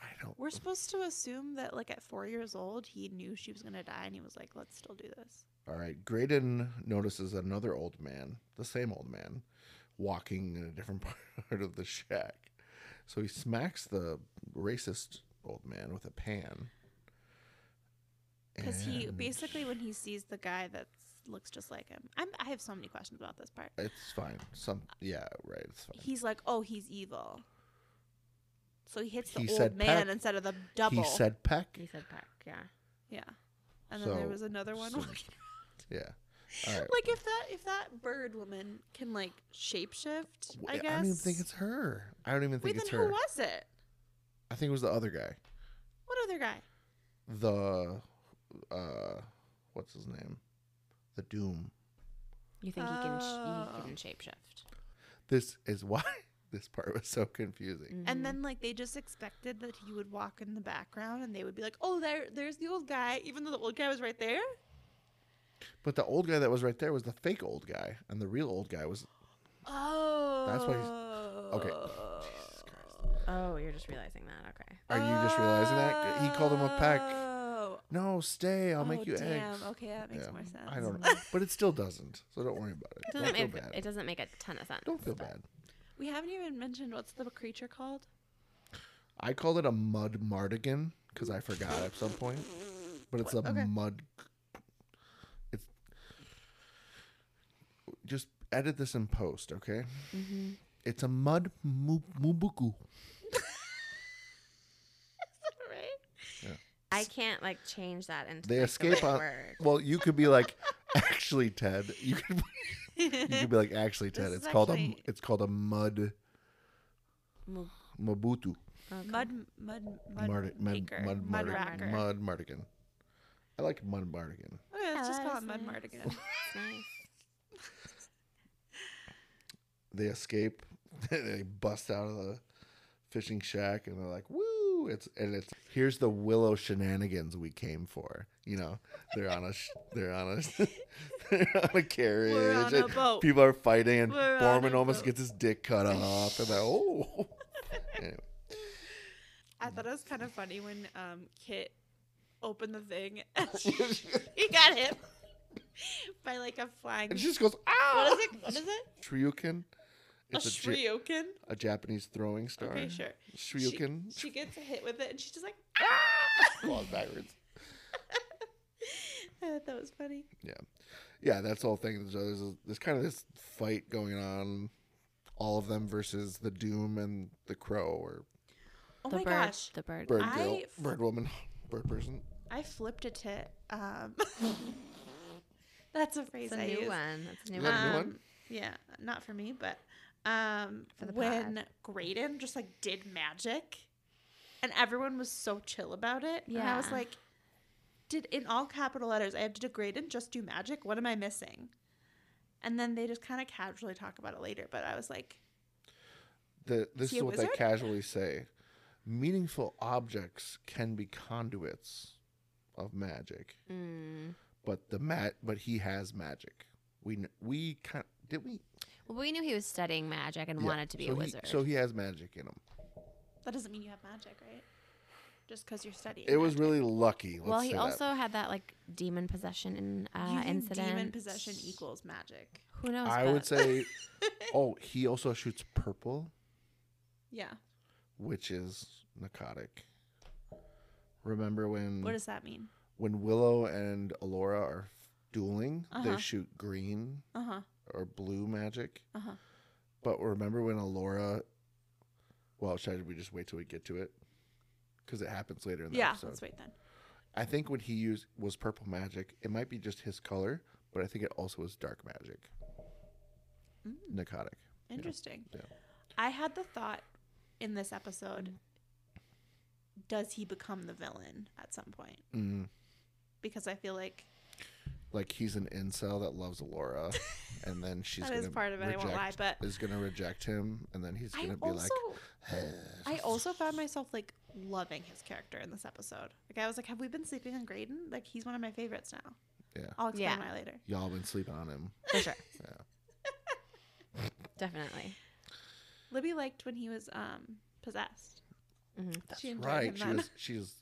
Speaker 2: I don't.
Speaker 1: we're supposed to assume that like at four years old he knew she was gonna die, and he was like, let's still do this.
Speaker 2: All right. Graydon notices another old man, the same old man, walking in a different part of the shack. So he smacks the racist old man with a pan.
Speaker 1: Because he
Speaker 2: And
Speaker 1: basically, when he sees the guy that looks just like him, I'm, I have so many questions about this part.
Speaker 2: It's fine. Some. Yeah, right. It's fine.
Speaker 1: He's like, "Oh, he's evil." So he hits the
Speaker 2: He
Speaker 1: old
Speaker 2: said
Speaker 1: man
Speaker 2: peck.
Speaker 1: instead of the double.
Speaker 2: He said peck.
Speaker 3: He said peck, yeah.
Speaker 1: "Yeah." And then there
Speaker 2: So-
Speaker 1: was another one.
Speaker 2: so-
Speaker 1: walking.
Speaker 2: Yeah. All right.
Speaker 1: like if that if that bird woman can like shapeshift,
Speaker 2: W-
Speaker 1: I guess.
Speaker 2: don't even think it's her. I don't even
Speaker 1: Wait,
Speaker 2: think
Speaker 1: then
Speaker 2: it's
Speaker 1: who
Speaker 2: her.
Speaker 1: was it?
Speaker 2: I think it was the other guy.
Speaker 1: What other guy?
Speaker 2: The uh what's his name? The Doom.
Speaker 3: You think he can sh-
Speaker 1: Oh.
Speaker 3: he can shapeshift?
Speaker 2: This is why this part was so confusing.
Speaker 3: Mm-hmm.
Speaker 1: And then like they just expected that he would walk in the background, and they would be like, "Oh, there, there's the old guy," even though the old guy was right there.
Speaker 2: But the old guy that was right there was the fake old guy, and the real old guy was
Speaker 1: Oh.
Speaker 2: why he's- okay.
Speaker 3: Oh, you're just realizing that. Okay.
Speaker 2: Are you just realizing that? He called him a peck.
Speaker 1: Oh.
Speaker 2: No, stay. I'll
Speaker 1: Oh,
Speaker 2: make you
Speaker 1: damn.
Speaker 2: eggs.
Speaker 1: Okay, Mm. that makes
Speaker 2: Yeah,
Speaker 1: more sense.
Speaker 2: I don't know, but it still doesn't. So don't worry about it.
Speaker 3: It
Speaker 2: Don't
Speaker 3: doesn't
Speaker 2: feel
Speaker 3: make
Speaker 2: bad.
Speaker 3: it doesn't make a ton of sense.
Speaker 2: don't feel
Speaker 3: but-
Speaker 2: bad.
Speaker 1: We haven't even mentioned what's the creature called.
Speaker 2: I called it a mud mardigan because I forgot at some point, but it's a
Speaker 1: Okay.
Speaker 2: mud. It's just edit this in post, okay?
Speaker 1: Mm-hmm.
Speaker 2: It's a mud mu- mubuku.
Speaker 1: right?
Speaker 3: I can't like change that into
Speaker 2: They
Speaker 3: like, the
Speaker 2: escape
Speaker 3: right
Speaker 2: on.
Speaker 3: word.
Speaker 2: Well, you could be like, actually, Ted. You could. Be, you could be like, actually, Ted.
Speaker 1: is
Speaker 2: It's called a.
Speaker 1: actually-
Speaker 2: It's called a mud
Speaker 3: Mu-
Speaker 2: mabutu.
Speaker 1: Mud, mud, mud,
Speaker 2: Mardi-
Speaker 1: maker, mud,
Speaker 2: mud,
Speaker 1: racker.
Speaker 2: mardi- mud mardigan. I like mud mardigan.
Speaker 1: Okay, let's
Speaker 3: Oh,
Speaker 1: just
Speaker 3: that
Speaker 1: call it
Speaker 3: is
Speaker 1: mud
Speaker 3: nice.
Speaker 1: mardigan.
Speaker 3: It's nice.
Speaker 2: they escape. they bust out of the fishing shack and they're like, "Woo!" It's and it's here's the Willow shenanigans we came for. You know, they're on a sh- they're on a they're on a carriage.
Speaker 1: We're on a
Speaker 2: and
Speaker 1: boat.
Speaker 2: People are fighting, and
Speaker 1: We're on
Speaker 2: Borman
Speaker 1: a
Speaker 2: almost
Speaker 1: boat.
Speaker 2: gets his dick cut off. And like, oh, anyway,
Speaker 1: I thought it was kind of funny when um, Kit opened the thing. and he got hit by like a flying.
Speaker 2: and she just goes, "Ah!"
Speaker 1: What is it? What is it?
Speaker 2: Triukin.
Speaker 1: A
Speaker 2: It's a, Ja-
Speaker 1: Shurioken?
Speaker 2: a Japanese throwing star.
Speaker 1: Okay, sure. She-
Speaker 2: Shuriken.
Speaker 1: She, gets hit with it and she's just like,
Speaker 2: Claws backwards.
Speaker 1: I thought "Eh, that was funny.
Speaker 2: Yeah, yeah. That's the whole thing. So there's, there's kind of this fight going on, all of them versus the Doom and the Crow or
Speaker 1: Oh
Speaker 3: the
Speaker 1: my
Speaker 3: bird,
Speaker 1: gosh.
Speaker 3: the bird.
Speaker 2: Bird
Speaker 1: I
Speaker 2: Girl,
Speaker 1: f-
Speaker 2: Bird Woman, Bird Person.
Speaker 1: I flipped a tit. Um, that's a phrase
Speaker 3: It's a
Speaker 1: I
Speaker 3: new
Speaker 1: use.
Speaker 3: one. That's a new
Speaker 2: Is that a
Speaker 3: one.
Speaker 2: new one?
Speaker 1: Um, Yeah, not for me, but um,
Speaker 3: For the
Speaker 1: when Graydon just like did magic, and everyone was so chill about it, and I was
Speaker 3: Yeah.
Speaker 1: like, did in all capital letters, I had to do Graydon just do magic. What am I missing? And then they just kind of casually talk about it later, but I was like,
Speaker 2: The, this
Speaker 1: he
Speaker 2: is
Speaker 1: a
Speaker 2: what they
Speaker 1: wizard?
Speaker 2: casually say. Meaningful objects can be conduits of magic,
Speaker 3: Mm.
Speaker 2: but the mat, but he has magic. We kn- we kind did we
Speaker 3: Well, we knew he was studying magic and
Speaker 2: Yeah,
Speaker 3: wanted to be
Speaker 2: so
Speaker 3: a
Speaker 2: he-
Speaker 3: wizard.
Speaker 2: so he has magic in him.
Speaker 1: that doesn't mean you have magic, right? Just because you're studying.
Speaker 2: It was really lucky. Let's
Speaker 3: well,
Speaker 2: say
Speaker 3: he
Speaker 2: that.
Speaker 3: also had that like demon possession
Speaker 1: magic.
Speaker 3: uh,
Speaker 1: you think
Speaker 3: incident.
Speaker 1: demon possession equals magic.
Speaker 3: Who knows?
Speaker 2: I would
Speaker 3: but-
Speaker 2: say, oh, he also shoots purple,
Speaker 1: Yeah.
Speaker 2: which is narcotic. Remember when
Speaker 1: What does that mean?
Speaker 2: when Willow and Alora are f- dueling,
Speaker 1: Uh-huh.
Speaker 2: they shoot green
Speaker 1: Uh huh.
Speaker 2: or blue magic.
Speaker 1: Uh huh.
Speaker 2: But remember when Alora? Well, should we just wait till we get to it? Because it happens later in the
Speaker 1: Yeah.
Speaker 2: episode.
Speaker 1: Let's wait then.
Speaker 2: I think when he used was purple magic, it might be just his color, but I think it also was dark magic,
Speaker 1: Mm.
Speaker 2: narcotic.
Speaker 1: Interesting.
Speaker 2: Yeah.
Speaker 1: I had the thought in this episode does he become the villain at some point?
Speaker 2: Mm.
Speaker 1: Because I feel like
Speaker 2: like he's an incel that loves Laura, and then she's
Speaker 1: That is
Speaker 2: gonna
Speaker 1: part of it, I
Speaker 2: Reject,
Speaker 1: won't lie, but-
Speaker 2: is gonna reject him, and then he's
Speaker 1: I
Speaker 2: gonna be
Speaker 1: also
Speaker 2: like,
Speaker 1: I also found myself like loving his character in this episode. Like I was like, have we been sleeping on Graydon? Like he's one of my favorites now.
Speaker 2: Yeah.
Speaker 1: I'll explain
Speaker 3: Yeah.
Speaker 1: why later.
Speaker 2: "Y'all been sleeping on him."
Speaker 3: for sure.
Speaker 2: Yeah.
Speaker 3: Definitely.
Speaker 1: Libby liked when he was um possessed.
Speaker 3: hmm
Speaker 1: That's she enjoyed
Speaker 2: right?
Speaker 1: him
Speaker 2: She
Speaker 1: then.
Speaker 2: was. She was.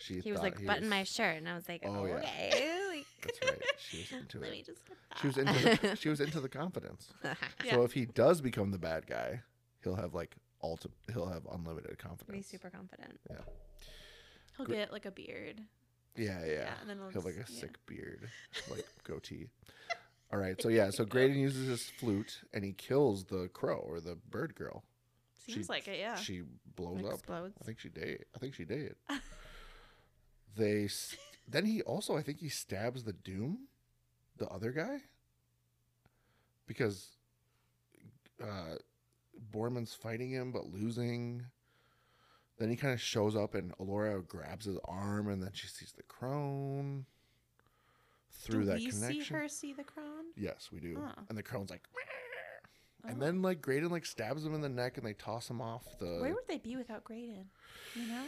Speaker 2: She
Speaker 3: He was
Speaker 2: thought
Speaker 3: like
Speaker 2: he
Speaker 3: button
Speaker 2: was-
Speaker 3: my shirt, and I was like,
Speaker 2: Oh, yeah.
Speaker 3: okay. like-
Speaker 2: That's right. She was into
Speaker 1: Let me
Speaker 2: it.
Speaker 1: just get
Speaker 2: She was
Speaker 1: that.
Speaker 2: into. The, she was into the confidence.
Speaker 1: Yeah.
Speaker 2: So if he does become the bad guy, he'll have like ulti- He'll have unlimited confidence.
Speaker 3: Be super confident.
Speaker 1: He'll
Speaker 2: Gra-
Speaker 1: get like a beard.
Speaker 2: Yeah, yeah.
Speaker 1: and then we'll
Speaker 2: He'll have like a
Speaker 1: just- yeah.
Speaker 2: sick beard, like goatee. All right, so yeah, so Graydon uses his flute and he kills the crow or the bird girl. She-
Speaker 1: Seems like it, yeah.
Speaker 2: She blows up.
Speaker 3: Explodes.
Speaker 2: I think she did. I think she did. they s- then he also I think he stabs the Doom, the other guy, because uh, Borman's fighting him but losing. Then he kind of shows up and Alora grabs his arm and then she sees the crone through
Speaker 1: Do
Speaker 2: that
Speaker 1: we
Speaker 2: connection.
Speaker 1: see her see the crown?
Speaker 2: Yes, we do.
Speaker 1: Huh. Oh.
Speaker 2: And the crone's like, and then like Graydon like stabs him in the neck and they toss him off the.
Speaker 1: Where would they be without Graydon? You know?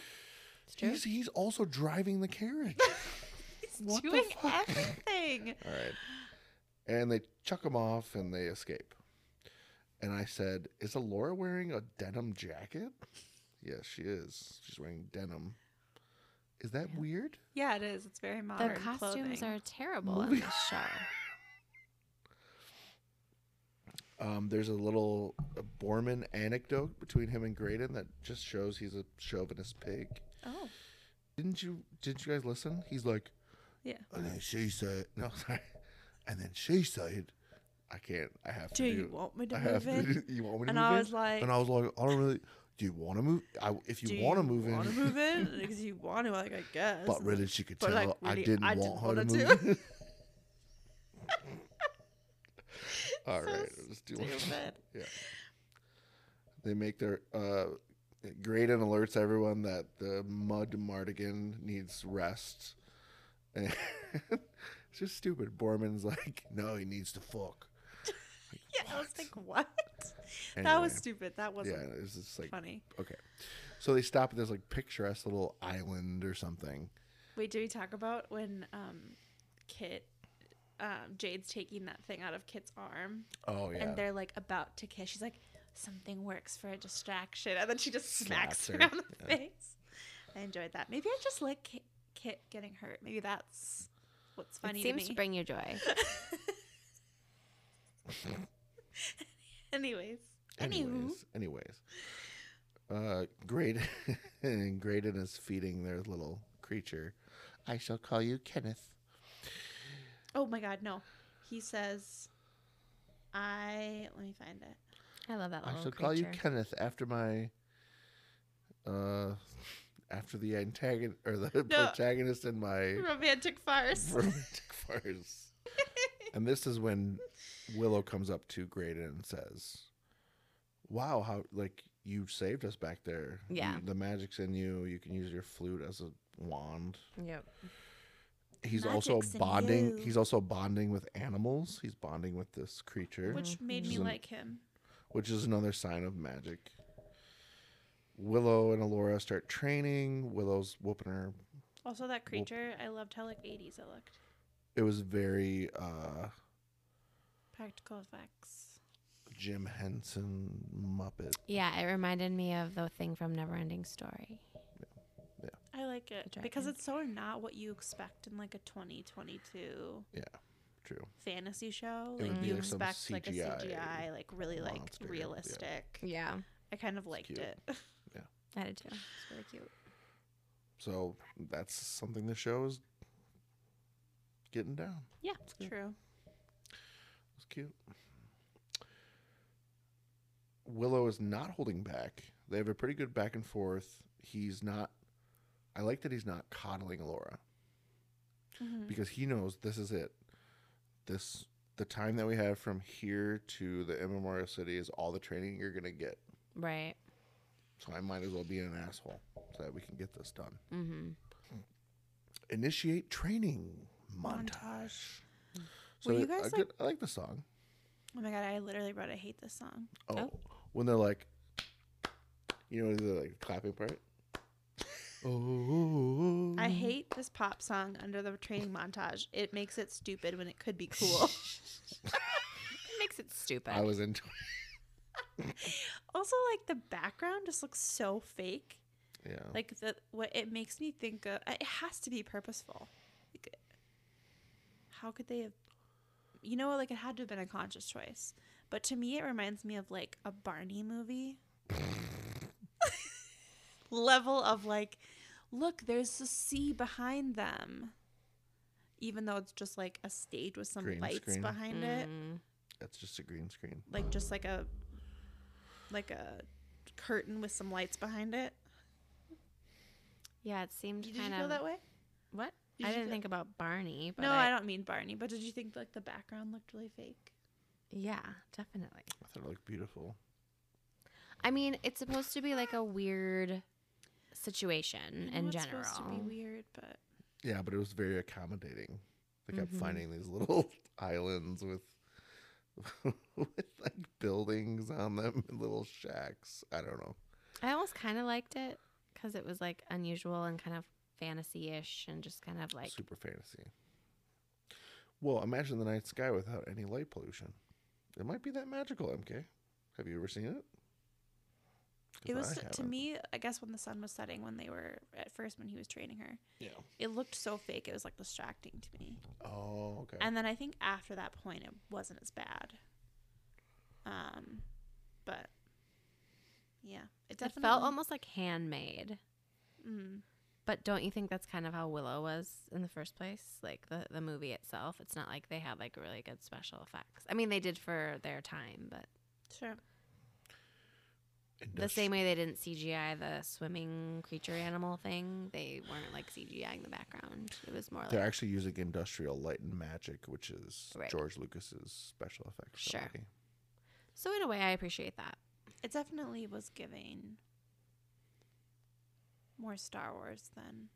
Speaker 2: He's, he's also driving the carriage.
Speaker 1: He's
Speaker 2: What the
Speaker 1: doing
Speaker 2: fuck?
Speaker 1: everything.
Speaker 2: All right. And they chuck him off and they escape. And I said, Is Alora wearing a denim jacket? Yes, she is. She's wearing denim. Is that weird?
Speaker 1: Yeah, it is. It's very
Speaker 3: The
Speaker 1: modern.
Speaker 3: costumes
Speaker 1: clothing.
Speaker 3: are terrible in
Speaker 2: Movie-
Speaker 3: this show.
Speaker 2: Um, there's a little uh, Borman anecdote between him and Graydon that just shows he's a chauvinist pig.
Speaker 1: Oh,
Speaker 2: Didn't you? Didn't you guys listen? He's like,
Speaker 1: yeah.
Speaker 2: and then she said, no, sorry, and then she said, I can't. I have to.
Speaker 1: Do you
Speaker 2: it.
Speaker 1: want me to
Speaker 2: I
Speaker 1: move
Speaker 2: have to
Speaker 1: in?
Speaker 2: do- you want me to
Speaker 1: And
Speaker 2: move
Speaker 1: I
Speaker 2: in?
Speaker 1: was like-
Speaker 2: and I was like, I don't really. Do you want to move? I, if you want to move in,
Speaker 1: Want to move in? Because you want to, like, I guess.
Speaker 2: but really, she could
Speaker 1: But,
Speaker 2: tell
Speaker 1: like,
Speaker 2: I
Speaker 1: really,
Speaker 2: didn't
Speaker 1: I
Speaker 2: want her to
Speaker 1: didn't
Speaker 2: move.
Speaker 1: wanna
Speaker 2: in. All
Speaker 1: So
Speaker 2: right, it was too much.
Speaker 1: stupid.
Speaker 2: Yeah. They make their uh, Graydon alerts everyone that the Mud Mardigan needs rest. And it's just stupid. Borman's like, no, he needs to fuck.
Speaker 1: Yeah, I was like, what? That was
Speaker 2: Anyway.
Speaker 1: stupid. That wasn't
Speaker 2: Yeah, it's just like
Speaker 1: funny.
Speaker 2: okay. So they stop at this like picturesque little island or something.
Speaker 1: Wait, did we talk about when um, Kit, um, Jade's taking that thing out of Kit's arm
Speaker 2: Oh yeah.
Speaker 1: and they're like about to kiss? She's like, something works for a distraction. And then she just smacks
Speaker 2: Slaps
Speaker 1: her
Speaker 2: her.
Speaker 1: on the face. I enjoyed that. Maybe I just like Kit, Kit getting hurt. Maybe that's what's funny
Speaker 3: it seems
Speaker 1: to
Speaker 3: to,
Speaker 1: me.
Speaker 3: bring you joy.
Speaker 1: Anyways.
Speaker 2: Anyways, anyways, uh, graded and graded is feeding their little creature. I shall call you Kenneth.
Speaker 1: Oh my god, no. He says I let me find it.
Speaker 3: I love that
Speaker 2: I
Speaker 1: Oh,
Speaker 3: little
Speaker 2: shall
Speaker 3: creature.
Speaker 2: call you Kenneth after my, uh, after the antagonist or the
Speaker 1: No.
Speaker 2: protagonist in my
Speaker 1: Romantic farce.
Speaker 2: romantic farce. and this is when Willow comes up to Graydon and says, "Wow, how like you saved us back there.
Speaker 3: Yeah.
Speaker 2: You- the magic's in you. You can use your flute as a wand.
Speaker 3: Yep.
Speaker 2: He's also
Speaker 1: Magic's in
Speaker 2: bonding.
Speaker 1: you.
Speaker 2: He's also bonding with animals. He's bonding with this creature, which,
Speaker 1: Which made me
Speaker 2: Isn't-
Speaker 1: like him.
Speaker 2: is another sign of magic." Willow and Alora start training. Willow's whooping her.
Speaker 1: Also that creature, I loved how like eighties it looked.
Speaker 2: It was very uh
Speaker 1: Practical effects.
Speaker 2: Jim Henson Muppet.
Speaker 3: Yeah, it reminded me of the thing from Neverending Story.
Speaker 1: I like it
Speaker 3: The
Speaker 1: because
Speaker 3: dragon.
Speaker 1: it's so not what you expect in like a 2022
Speaker 2: Yeah, true.
Speaker 1: fantasy show.
Speaker 2: It would
Speaker 1: Like
Speaker 2: be
Speaker 1: you
Speaker 2: like some
Speaker 1: expect like a
Speaker 2: CGI
Speaker 1: CGI, like really like
Speaker 2: monster, yeah.
Speaker 1: realistic.
Speaker 3: Yeah,
Speaker 1: I kind of liked
Speaker 2: cute.
Speaker 1: it.
Speaker 3: I did too. It's really cute.
Speaker 2: So that's something the show is getting down.
Speaker 3: Yeah.
Speaker 1: True.
Speaker 2: It's cute. Willow is not holding back. They have a pretty good back and forth. He's not. I like that he's not coddling Laura
Speaker 3: Mm-hmm.
Speaker 1: Mm.
Speaker 2: because he knows this is it. This the time that we have from here to the immemorial city is all the training you're gonna get.
Speaker 3: Right.
Speaker 2: So I might as well be an asshole so that we can get this done.
Speaker 3: Mm-hmm.
Speaker 2: Initiate training montage. So
Speaker 1: Were you
Speaker 2: it- I,
Speaker 1: guys,
Speaker 2: good- I like the song.
Speaker 1: Oh my god, I literally wrote I hate this song.
Speaker 2: Oh, when they're like, you know, the like clapping part. Oh,
Speaker 3: Mm-hmm.
Speaker 1: I hate this pop song under the training montage. It makes it stupid when it could be cool.
Speaker 3: It makes it stupid.
Speaker 2: I was into
Speaker 1: also, like the background just looks so fake.
Speaker 2: it. Yeah,
Speaker 1: Like the what it makes me think of it has to be purposeful. Like, how could they have you know like it had to have been a conscious choice. But to me it reminds me of like a Barney movie. Level of like look, there's the sea behind them. Even though it's just like a stage with some
Speaker 2: Green
Speaker 1: lights
Speaker 2: screen.
Speaker 1: behind it.
Speaker 3: Mm-hmm.
Speaker 2: that's just a green screen.
Speaker 3: Mm.
Speaker 1: Like just like a like a curtain with some lights behind it.
Speaker 3: Yeah, it seemed
Speaker 1: Did you
Speaker 3: kind
Speaker 1: feel
Speaker 3: of.
Speaker 1: that way?
Speaker 3: What?
Speaker 1: Did
Speaker 3: I
Speaker 1: you
Speaker 3: didn't
Speaker 1: feel-
Speaker 3: think about Barney. But
Speaker 1: no,
Speaker 3: I,
Speaker 1: I, don't mean Barney, but did you think like the background looked really fake?
Speaker 3: Yeah, definitely.
Speaker 2: I thought it looked beautiful.
Speaker 3: I mean, it's supposed to be like a weird situation in
Speaker 1: it's
Speaker 3: general.
Speaker 1: supposed to be weird, but
Speaker 2: Yeah, but it was very accommodating. They kept finding these little islands with with like buildings on them and little shacks. I don't know.
Speaker 3: I almost kind of liked it because it was like unusual and kind of fantasy-ish and just kind of like
Speaker 2: super fantasy. Well, imagine the night sky without any light pollution. It might be that magical, MK. Have you ever seen it? 'Cause
Speaker 1: it was
Speaker 2: I
Speaker 1: to
Speaker 2: haven't.
Speaker 1: me. I guess when the sun was setting, when they were at first when he was training her,
Speaker 2: Yeah.
Speaker 1: it looked so fake. It was like distracting to me.
Speaker 2: Oh, okay.
Speaker 1: And then I think after that point, it wasn't as bad. Um, but yeah, it
Speaker 3: it
Speaker 1: definitely
Speaker 3: felt almost like handmade.
Speaker 1: Mm,
Speaker 3: But don't you think that's kind of how Willow was in the first place? Like the, the movie itself, it's not like they had like really good special effects. I mean, they did for their time, but
Speaker 1: sure.
Speaker 3: the same way they didn't CGI the swimming creature animal thing, they weren't like CGIing the background. It was more like
Speaker 2: They're actually using industrial light and magic, which is
Speaker 3: Right.
Speaker 2: George Lucas's special effects.
Speaker 3: Sure.
Speaker 2: ability.
Speaker 3: so. In a way, I appreciate that.
Speaker 1: It definitely was giving more Star Wars than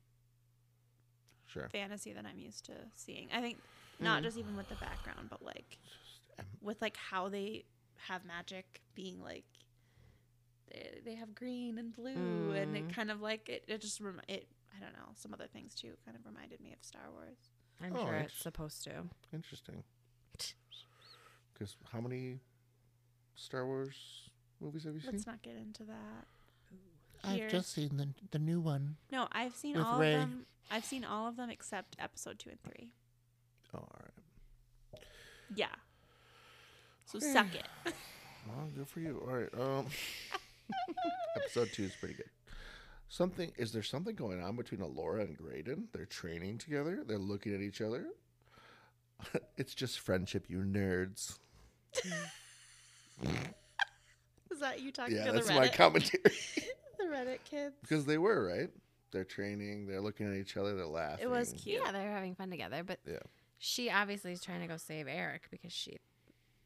Speaker 2: Sure.
Speaker 1: fantasy that I'm used to seeing. I think not
Speaker 2: Mm.
Speaker 1: just even with the background, but like
Speaker 2: em-
Speaker 1: with like how they have magic being like they, they have green and blue and
Speaker 2: Mm.
Speaker 1: it kind of like it, it just rem- it I don't know some other things too kind of reminded me of Star Wars.
Speaker 3: I'm
Speaker 2: Oh,
Speaker 3: sure it's
Speaker 2: interesting.
Speaker 3: supposed to.
Speaker 2: Interesting. Because how many Star Wars movies have you seen?
Speaker 1: Let's not get into that. Here.
Speaker 2: seen the, the new one.
Speaker 1: no, I've seen
Speaker 2: with
Speaker 1: all
Speaker 2: Rey.
Speaker 1: of them. I've seen all of them except episode two and three.
Speaker 2: Oh, all right.
Speaker 1: Yeah. So suck it.
Speaker 2: Well, good for you. All right. Um, episode two is pretty good. Something is there something going on between Alora and Graydon? They're training together. They're looking at each other. it's just friendship, you nerds.
Speaker 1: Is that you talking
Speaker 2: Yeah,
Speaker 1: to the
Speaker 2: that's my
Speaker 1: Reddit?
Speaker 2: commentary.
Speaker 1: the Reddit kids.
Speaker 2: because they were right. They're training. They're looking at each other. They're laughing.
Speaker 1: It was cute.
Speaker 3: Yeah, they're having fun together, but
Speaker 2: Yeah.
Speaker 3: she obviously is trying to go save Eric because she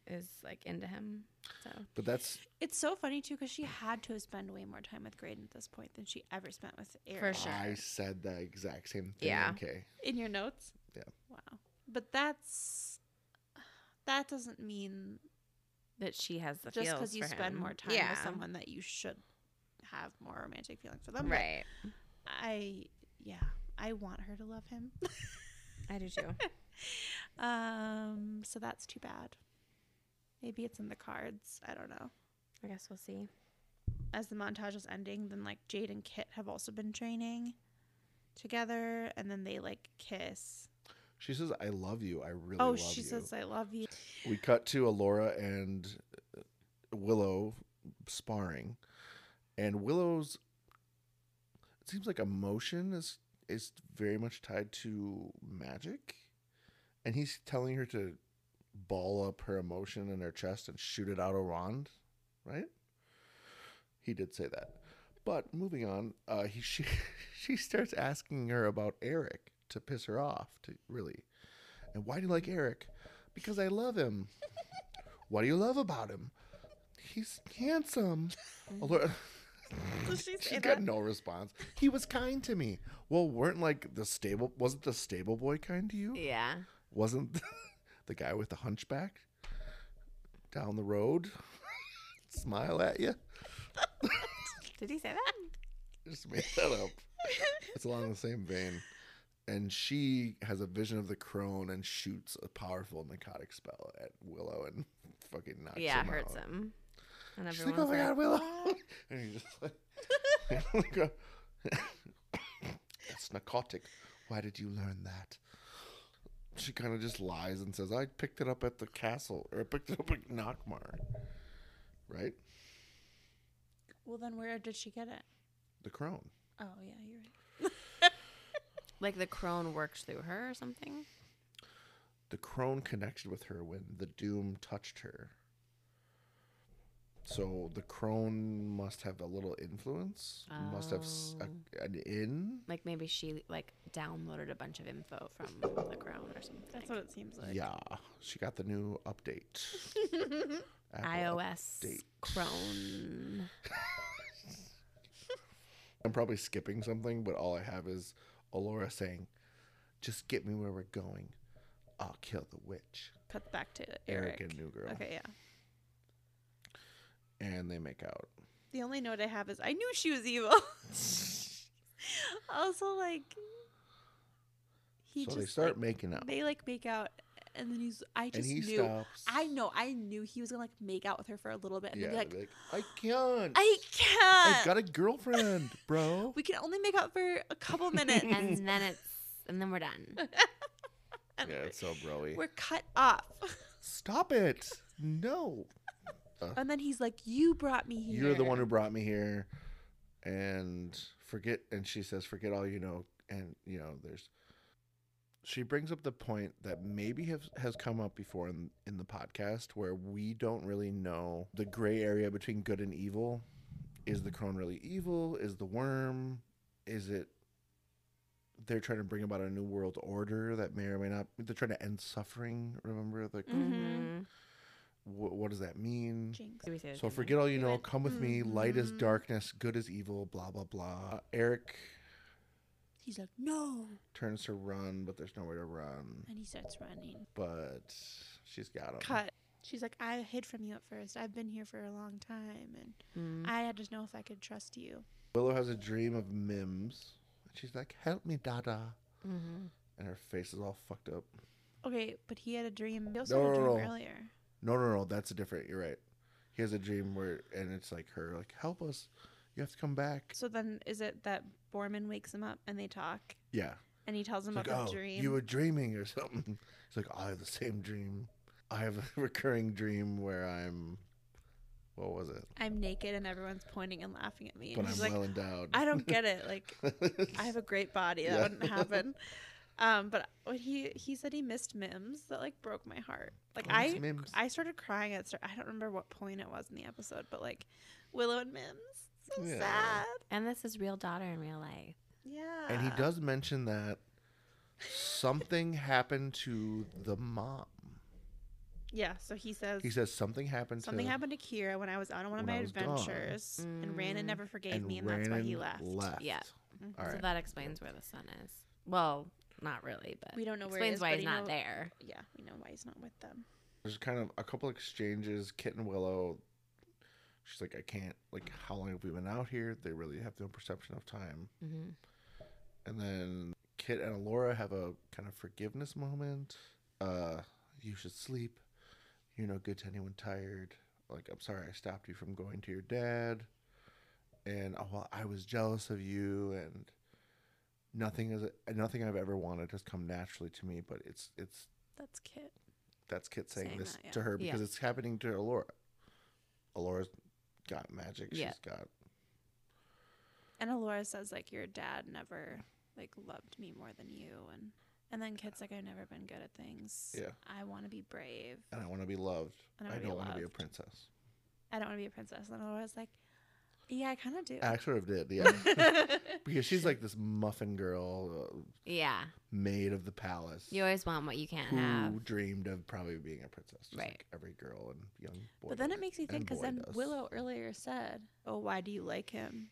Speaker 3: is like into him. So
Speaker 2: But that's
Speaker 1: It's so funny too because she had to have spent way more time with Graydon at this point than she ever spent with Eric.
Speaker 3: For sure.
Speaker 2: I said the exact same thing.
Speaker 3: Yeah.
Speaker 2: Okay.
Speaker 1: In your notes.
Speaker 2: Yeah.
Speaker 1: Wow. But that's that doesn't mean
Speaker 3: that she has the
Speaker 1: just
Speaker 3: because
Speaker 1: because you spend more time
Speaker 3: yeah.
Speaker 1: with someone that you should have more romantic feelings for them. But
Speaker 3: Right.
Speaker 1: I yeah. I want her to love him.
Speaker 3: I do too.
Speaker 1: Um. So that's too bad. Maybe it's in the cards. I don't know.
Speaker 3: I guess we'll see.
Speaker 1: as the montage is ending, then like Jade and Kit have also been training together, and then they like kiss.
Speaker 2: She says, "I love you. I really
Speaker 1: oh,
Speaker 2: love
Speaker 1: she
Speaker 2: you."
Speaker 1: says, "I love you."
Speaker 2: we cut to Alora and uh, Willow sparring, and Willow's. It seems like emotion is is very much tied to magic, and he's telling her to ball up her emotion in her chest and shoot it out around, right? He did say that. But moving on, uh, he she she starts asking her about Eric to piss her off, to really. And why do you like Eric? Because I love him. what do you love about him? He's handsome. Alora,
Speaker 1: Does she say
Speaker 2: she's
Speaker 1: that?
Speaker 2: got no response. He was kind to me. Well, weren't like the stable wasn't the stable boy kind to you?
Speaker 3: Yeah.
Speaker 2: Wasn't the guy with the hunchback down the road smile at you?
Speaker 3: Did he say that?
Speaker 2: just made that up. it's along the same vein. And she has a vision of the crone and shoots a powerful narcotic spell at Willow and fucking knocks
Speaker 3: yeah,
Speaker 2: him
Speaker 3: hurts
Speaker 2: out.
Speaker 3: him. And
Speaker 2: She's like, "Oh
Speaker 3: everyone's
Speaker 2: my
Speaker 3: like,
Speaker 2: god, Willow!" and he's just like, go, "That's narcotic. Why did you learn that?" She kind of just lies and says, "I picked it up at the castle, or I picked it up at Knockmar." Right,
Speaker 1: Well, then where did she get it?
Speaker 2: the crone.
Speaker 1: Oh yeah, you're right.
Speaker 3: like the crone worked through her or something.
Speaker 2: the crone connected with her when the doom touched her. So the crone must have a little influence, must have s- a, an in.
Speaker 3: Like maybe she like downloaded a bunch of info from the crone or something.
Speaker 1: That's what it seems like.
Speaker 2: Yeah, she got the new update. Apple
Speaker 3: iOS
Speaker 2: update.
Speaker 3: crone.
Speaker 2: I'm probably skipping something, but all I have is Alora saying, "Just get me where we're going. I'll kill the witch."
Speaker 1: Cut back to Eric.
Speaker 2: Eric, and New Girl,
Speaker 1: Okay, yeah.
Speaker 2: and they make out.
Speaker 1: The only note I have is I knew she was evil. also, like he
Speaker 2: so
Speaker 1: just
Speaker 2: they start
Speaker 1: like,
Speaker 2: making out,
Speaker 1: they like make out, and then he's I
Speaker 2: and
Speaker 1: just
Speaker 2: he
Speaker 1: knew.
Speaker 2: stops.
Speaker 1: I know. I knew he was gonna like make out with her for a little bit, and
Speaker 2: Yeah,
Speaker 1: then be like,
Speaker 2: they're like I can't.
Speaker 1: I can't.
Speaker 2: I've got a girlfriend, bro.
Speaker 1: We can only make out for a couple minutes.
Speaker 3: and then it's and then we're done.
Speaker 1: and
Speaker 2: yeah, it's so broy.
Speaker 1: We're cut off.
Speaker 2: Stop it. No.
Speaker 1: And then he's like, You brought me here.
Speaker 2: You're the one who brought me here. And forget and she says, forget all you know and you know, there's she brings up the point that maybe have, has come up before in, in the podcast where we don't really know the gray area between good and evil. Is the crone really evil? Is the worm? Is it they're trying to bring about a new world order that may or may not they're trying to end suffering remember like
Speaker 3: Mm. Mm-hmm.
Speaker 1: Mhm.
Speaker 2: wh- what does that mean
Speaker 1: Jinx.
Speaker 3: Do we say this,
Speaker 2: so
Speaker 3: didn't we?
Speaker 2: forget all you
Speaker 3: We
Speaker 2: know
Speaker 3: went-
Speaker 2: come with me light is
Speaker 1: Mhm.
Speaker 2: darkness good is evil blah blah blah eric
Speaker 1: He's like, No.
Speaker 2: turns to run but there's nowhere to run
Speaker 1: And he starts running.
Speaker 2: but she's got him
Speaker 1: Cut. She's like, I hid from you at first. I've been here for a long time. And
Speaker 3: Mm-hmm.
Speaker 2: Mm.
Speaker 1: I had to know if I could trust you.
Speaker 2: willow has a dream of mims and she's like help me dada
Speaker 3: Mm-hmm.
Speaker 2: and her face is all fucked up
Speaker 1: Okay, but he had a dream. He also had
Speaker 2: No,
Speaker 1: a
Speaker 2: no,
Speaker 1: dream
Speaker 2: no.
Speaker 1: earlier.
Speaker 2: no no no that's a different you're right he has a dream where and it's like her like help us you have to come back
Speaker 1: So then is it that Borman wakes him up and they talk?
Speaker 2: yeah
Speaker 1: And he tells him
Speaker 2: It's
Speaker 1: about
Speaker 2: like,
Speaker 1: the
Speaker 2: "Oh,
Speaker 1: dream.
Speaker 2: You were dreaming or something. It's like, I have the same dream. I have a recurring dream where I'm What was it?
Speaker 1: I'm naked and everyone's pointing and laughing at me.
Speaker 2: But
Speaker 1: and
Speaker 2: I'm
Speaker 1: she's like,
Speaker 2: well endowed.
Speaker 1: I don't get it. Like, I have a great body. That
Speaker 2: Yeah.
Speaker 1: wouldn't happen. Um, but when he he said he missed Mims, that like broke my heart. Like
Speaker 2: Oh, it's
Speaker 1: I
Speaker 2: Mims.
Speaker 1: I started crying at start. I don't remember what point it was in the episode, but like Willow and Mims, so
Speaker 2: Yeah.
Speaker 1: sad.
Speaker 3: And this is real daughter in real life.
Speaker 1: Yeah.
Speaker 2: And he does mention that something happened to the mom.
Speaker 1: Yeah. So he says
Speaker 2: He says something happened
Speaker 1: something
Speaker 2: to
Speaker 1: happened to Kira when I was on one of
Speaker 2: when
Speaker 1: my
Speaker 2: I was gone."
Speaker 1: adventures, and Randon
Speaker 3: Mm.
Speaker 1: never forgave me, and that's why he
Speaker 2: Rhiannon
Speaker 1: left. Mm-hmm.
Speaker 3: Yeah.
Speaker 2: All
Speaker 3: So
Speaker 2: right.
Speaker 3: that explains where the sun is. Well, not really, but
Speaker 1: We don't know where it
Speaker 3: explains
Speaker 1: is,
Speaker 3: why
Speaker 1: but
Speaker 3: he's
Speaker 1: you
Speaker 3: not
Speaker 1: know-
Speaker 3: there.
Speaker 1: Yeah, we know why he's not with them.
Speaker 2: There's kind of a couple exchanges. Kit and Willow, she's like, I can't. Like, how long have we been out here? They really have no perception of time.
Speaker 3: Mm-hmm.
Speaker 2: And then Kit and Alora have a kind of forgiveness moment. Uh, you should sleep. You're no good to anyone tired. Like, I'm sorry I stopped you from going to your dad. And oh, well, I was jealous of you. And nothing is nothing I've ever wanted has come naturally to me. But it's it's
Speaker 1: That's Kit.
Speaker 2: that's Kit saying,
Speaker 1: Saying
Speaker 2: this
Speaker 1: that, yeah.
Speaker 2: to her
Speaker 3: Yeah.
Speaker 2: because it's happening to Alora. Alora's got magic.
Speaker 3: Yeah.
Speaker 2: She's got
Speaker 1: And Alora says like your dad never like loved me more than you, and and then Kit's like I've never been good at things.
Speaker 2: Yeah.
Speaker 1: I want to be brave.
Speaker 2: and I want to be loved.
Speaker 1: And I
Speaker 2: I
Speaker 1: wanna be
Speaker 2: don't want to be a
Speaker 1: loved.
Speaker 2: princess.
Speaker 1: I don't want to be a princess. And Alora's like, yeah, I kind of do.
Speaker 2: I sort of did, yeah. because she's like this muffin girl, uh,
Speaker 3: Yeah,
Speaker 2: maid of the palace,
Speaker 3: you always want what you can't
Speaker 2: who
Speaker 3: have.
Speaker 2: dreamed of probably being a princess, just
Speaker 3: Right.
Speaker 2: like every girl and young boy.
Speaker 1: but then
Speaker 2: does.
Speaker 1: it makes me
Speaker 2: and
Speaker 1: think because
Speaker 2: boy
Speaker 1: then
Speaker 2: does.
Speaker 1: Willow earlier said, oh, why do you like him?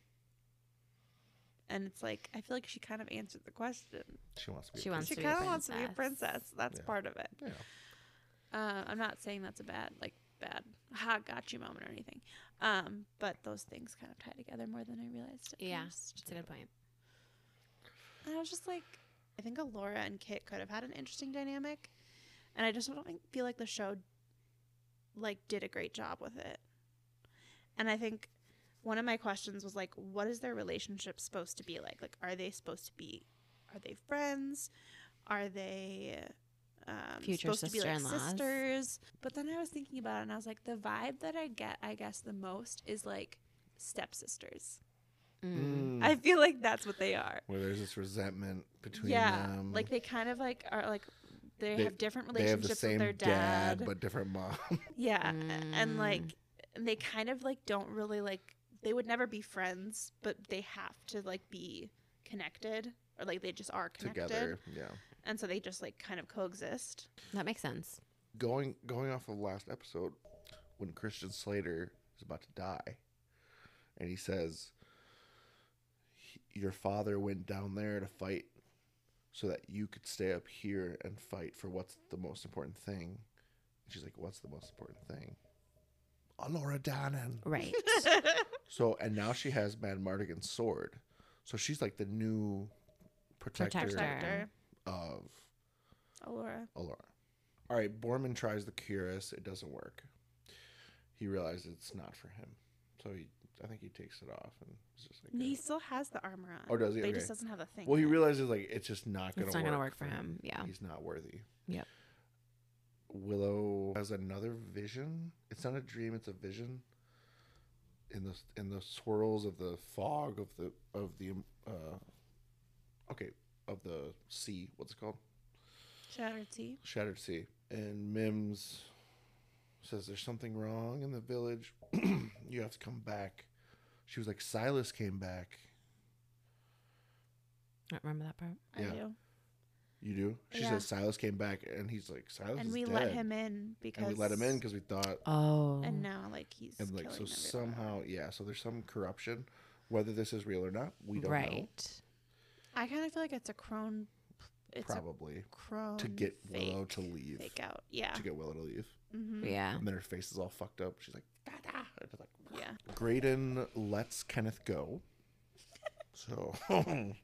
Speaker 1: And it's like I feel like she kind of answered the question.
Speaker 2: she wants to be.
Speaker 3: She
Speaker 2: a
Speaker 3: wants
Speaker 2: princess.
Speaker 3: to
Speaker 1: She
Speaker 3: be a
Speaker 1: kind of wants to be a
Speaker 3: princess.
Speaker 1: princess. That's
Speaker 2: Yeah.
Speaker 1: part of it.
Speaker 2: Yeah.
Speaker 1: Uh, I'm not saying that's a bad, like, bad ha got you moment or anything. Um, but those things kind of tie together more than I realized. At
Speaker 3: Yeah.
Speaker 1: first.
Speaker 3: It's a good point.
Speaker 1: And I was just like, I think Alora and Kit could have had an interesting dynamic, and I just don't think- feel like the show, like, did a great job with it. And I think one of my questions was like, what is their relationship supposed to be like? Like, are they supposed to be, are they friends? Are they um,
Speaker 3: Future
Speaker 1: supposed to be like
Speaker 3: sister-in-laws.
Speaker 1: sisters? But then I was thinking about it, and I was like, the vibe that I get, I guess, the most is like stepsisters.
Speaker 3: Mm.
Speaker 2: Mm.
Speaker 1: I feel like that's what they are
Speaker 2: Where there's this resentment between them.
Speaker 1: like they kind of like are like they,
Speaker 2: Mm. They-
Speaker 1: have different
Speaker 2: they have
Speaker 1: relationships
Speaker 2: the same
Speaker 1: with their dad,
Speaker 2: but different mom.
Speaker 1: yeah, a- and like
Speaker 3: Mm.
Speaker 1: and they kind of like don't really like they would never be friends, but they have to like be connected or like they just are connected,
Speaker 2: together. Yeah.
Speaker 1: and so they just like kind of coexist.
Speaker 3: That makes sense.
Speaker 2: Going going off of last episode, when Christian Slater is about to die, and he says, "He- "Your father went down there to fight, so that you could stay up here and fight for what's the most important thing." And she's like, "What's the most important thing?" Alora Dannon.
Speaker 3: Right.
Speaker 2: So and now she has Mad Mardigan's sword, so she's like the new protector,
Speaker 3: Protector.
Speaker 1: Doctor
Speaker 2: of
Speaker 1: Alora,
Speaker 2: Alara. All right, Borman tries the Curus. It doesn't work. He realizes it's not for him, so he, I think he takes it off and is just like,
Speaker 1: And he
Speaker 2: "Eh."
Speaker 1: still has the armor on.
Speaker 2: Oh, does he?
Speaker 1: But he
Speaker 2: Okay.
Speaker 1: just doesn't have the thing.
Speaker 2: well, he
Speaker 1: yet.
Speaker 2: realizes like it's just not gonna
Speaker 3: it's not
Speaker 2: work
Speaker 3: going to work for him. Yeah.
Speaker 2: He's not worthy.
Speaker 3: Yep.
Speaker 2: Willow has another vision. It's not a dream. It's a vision. In the in the swirls of the fog of the of the uh, okay of the sea. What's it called?
Speaker 1: shattered sea.
Speaker 2: Shattered Sea. And Mims says there's something wrong in the village. you have to come back. She was like, Silas came back.
Speaker 3: I don't remember that part.
Speaker 1: I
Speaker 2: Yeah.
Speaker 1: do,
Speaker 2: You do? She
Speaker 1: Yeah.
Speaker 2: says Silas came back, and he's like, Silas
Speaker 1: and
Speaker 2: is
Speaker 1: we
Speaker 2: dead.
Speaker 1: let him in because
Speaker 2: and we let him in because we thought,
Speaker 3: Oh.
Speaker 1: and now like he's
Speaker 2: and like so
Speaker 1: killing everyone.
Speaker 2: somehow, yeah. So there's some corruption, whether this is real or not, we don't
Speaker 3: right.
Speaker 2: know.
Speaker 1: I kind of feel like it's a crone. It's a
Speaker 2: Probably
Speaker 1: crone
Speaker 2: to get Willow
Speaker 1: fake-
Speaker 2: to leave,
Speaker 1: fake out. Yeah.
Speaker 2: to get Willow to leave,
Speaker 1: hmm
Speaker 3: Yeah.
Speaker 2: and then her face is all fucked up. She's like, "Dada," and it's like,
Speaker 1: Yeah.
Speaker 2: Graydon lets Kenneth go. So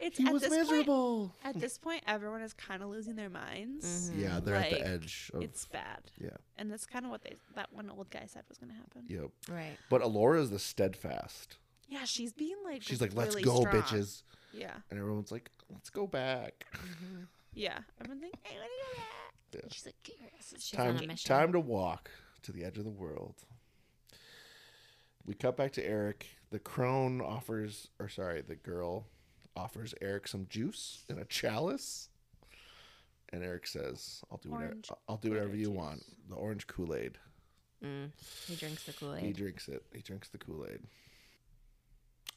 Speaker 1: It's
Speaker 2: he
Speaker 1: at
Speaker 2: was
Speaker 1: this
Speaker 2: miserable.
Speaker 1: point. At this point, everyone is kind of losing their minds.
Speaker 3: Mm-hmm.
Speaker 2: Yeah, they're at
Speaker 1: Like,
Speaker 2: the edge of
Speaker 1: It's bad,
Speaker 2: yeah,
Speaker 1: and that's kind of what they that one old guy said was going to happen. Yeah.
Speaker 2: yep.
Speaker 3: Right.
Speaker 2: But Alora is the steadfast.
Speaker 1: she's being like.
Speaker 2: She's like, "Let's
Speaker 1: really
Speaker 2: go,
Speaker 1: strong."
Speaker 2: bitches,"
Speaker 1: Yeah,
Speaker 2: and everyone's like, "Let's go back."
Speaker 1: yeah. Everyone's like, I want to go back.
Speaker 2: Yeah.
Speaker 1: And She's like, "Curious."
Speaker 3: She's on a
Speaker 2: time,
Speaker 3: mission.
Speaker 2: time to walk to the edge of the world. We cut back to Eric. The crone offers, or sorry, the girl offers Eric some juice in a chalice. And Eric says, "I'll do whatever.
Speaker 1: Orange
Speaker 2: I'll do whatever
Speaker 1: Kool-Aid
Speaker 2: you
Speaker 1: juice.
Speaker 2: want." The orange Kool Aid.
Speaker 3: Mm. He drinks the Kool
Speaker 2: He
Speaker 3: Aid.
Speaker 2: drinks it. He drinks the Kool Aid.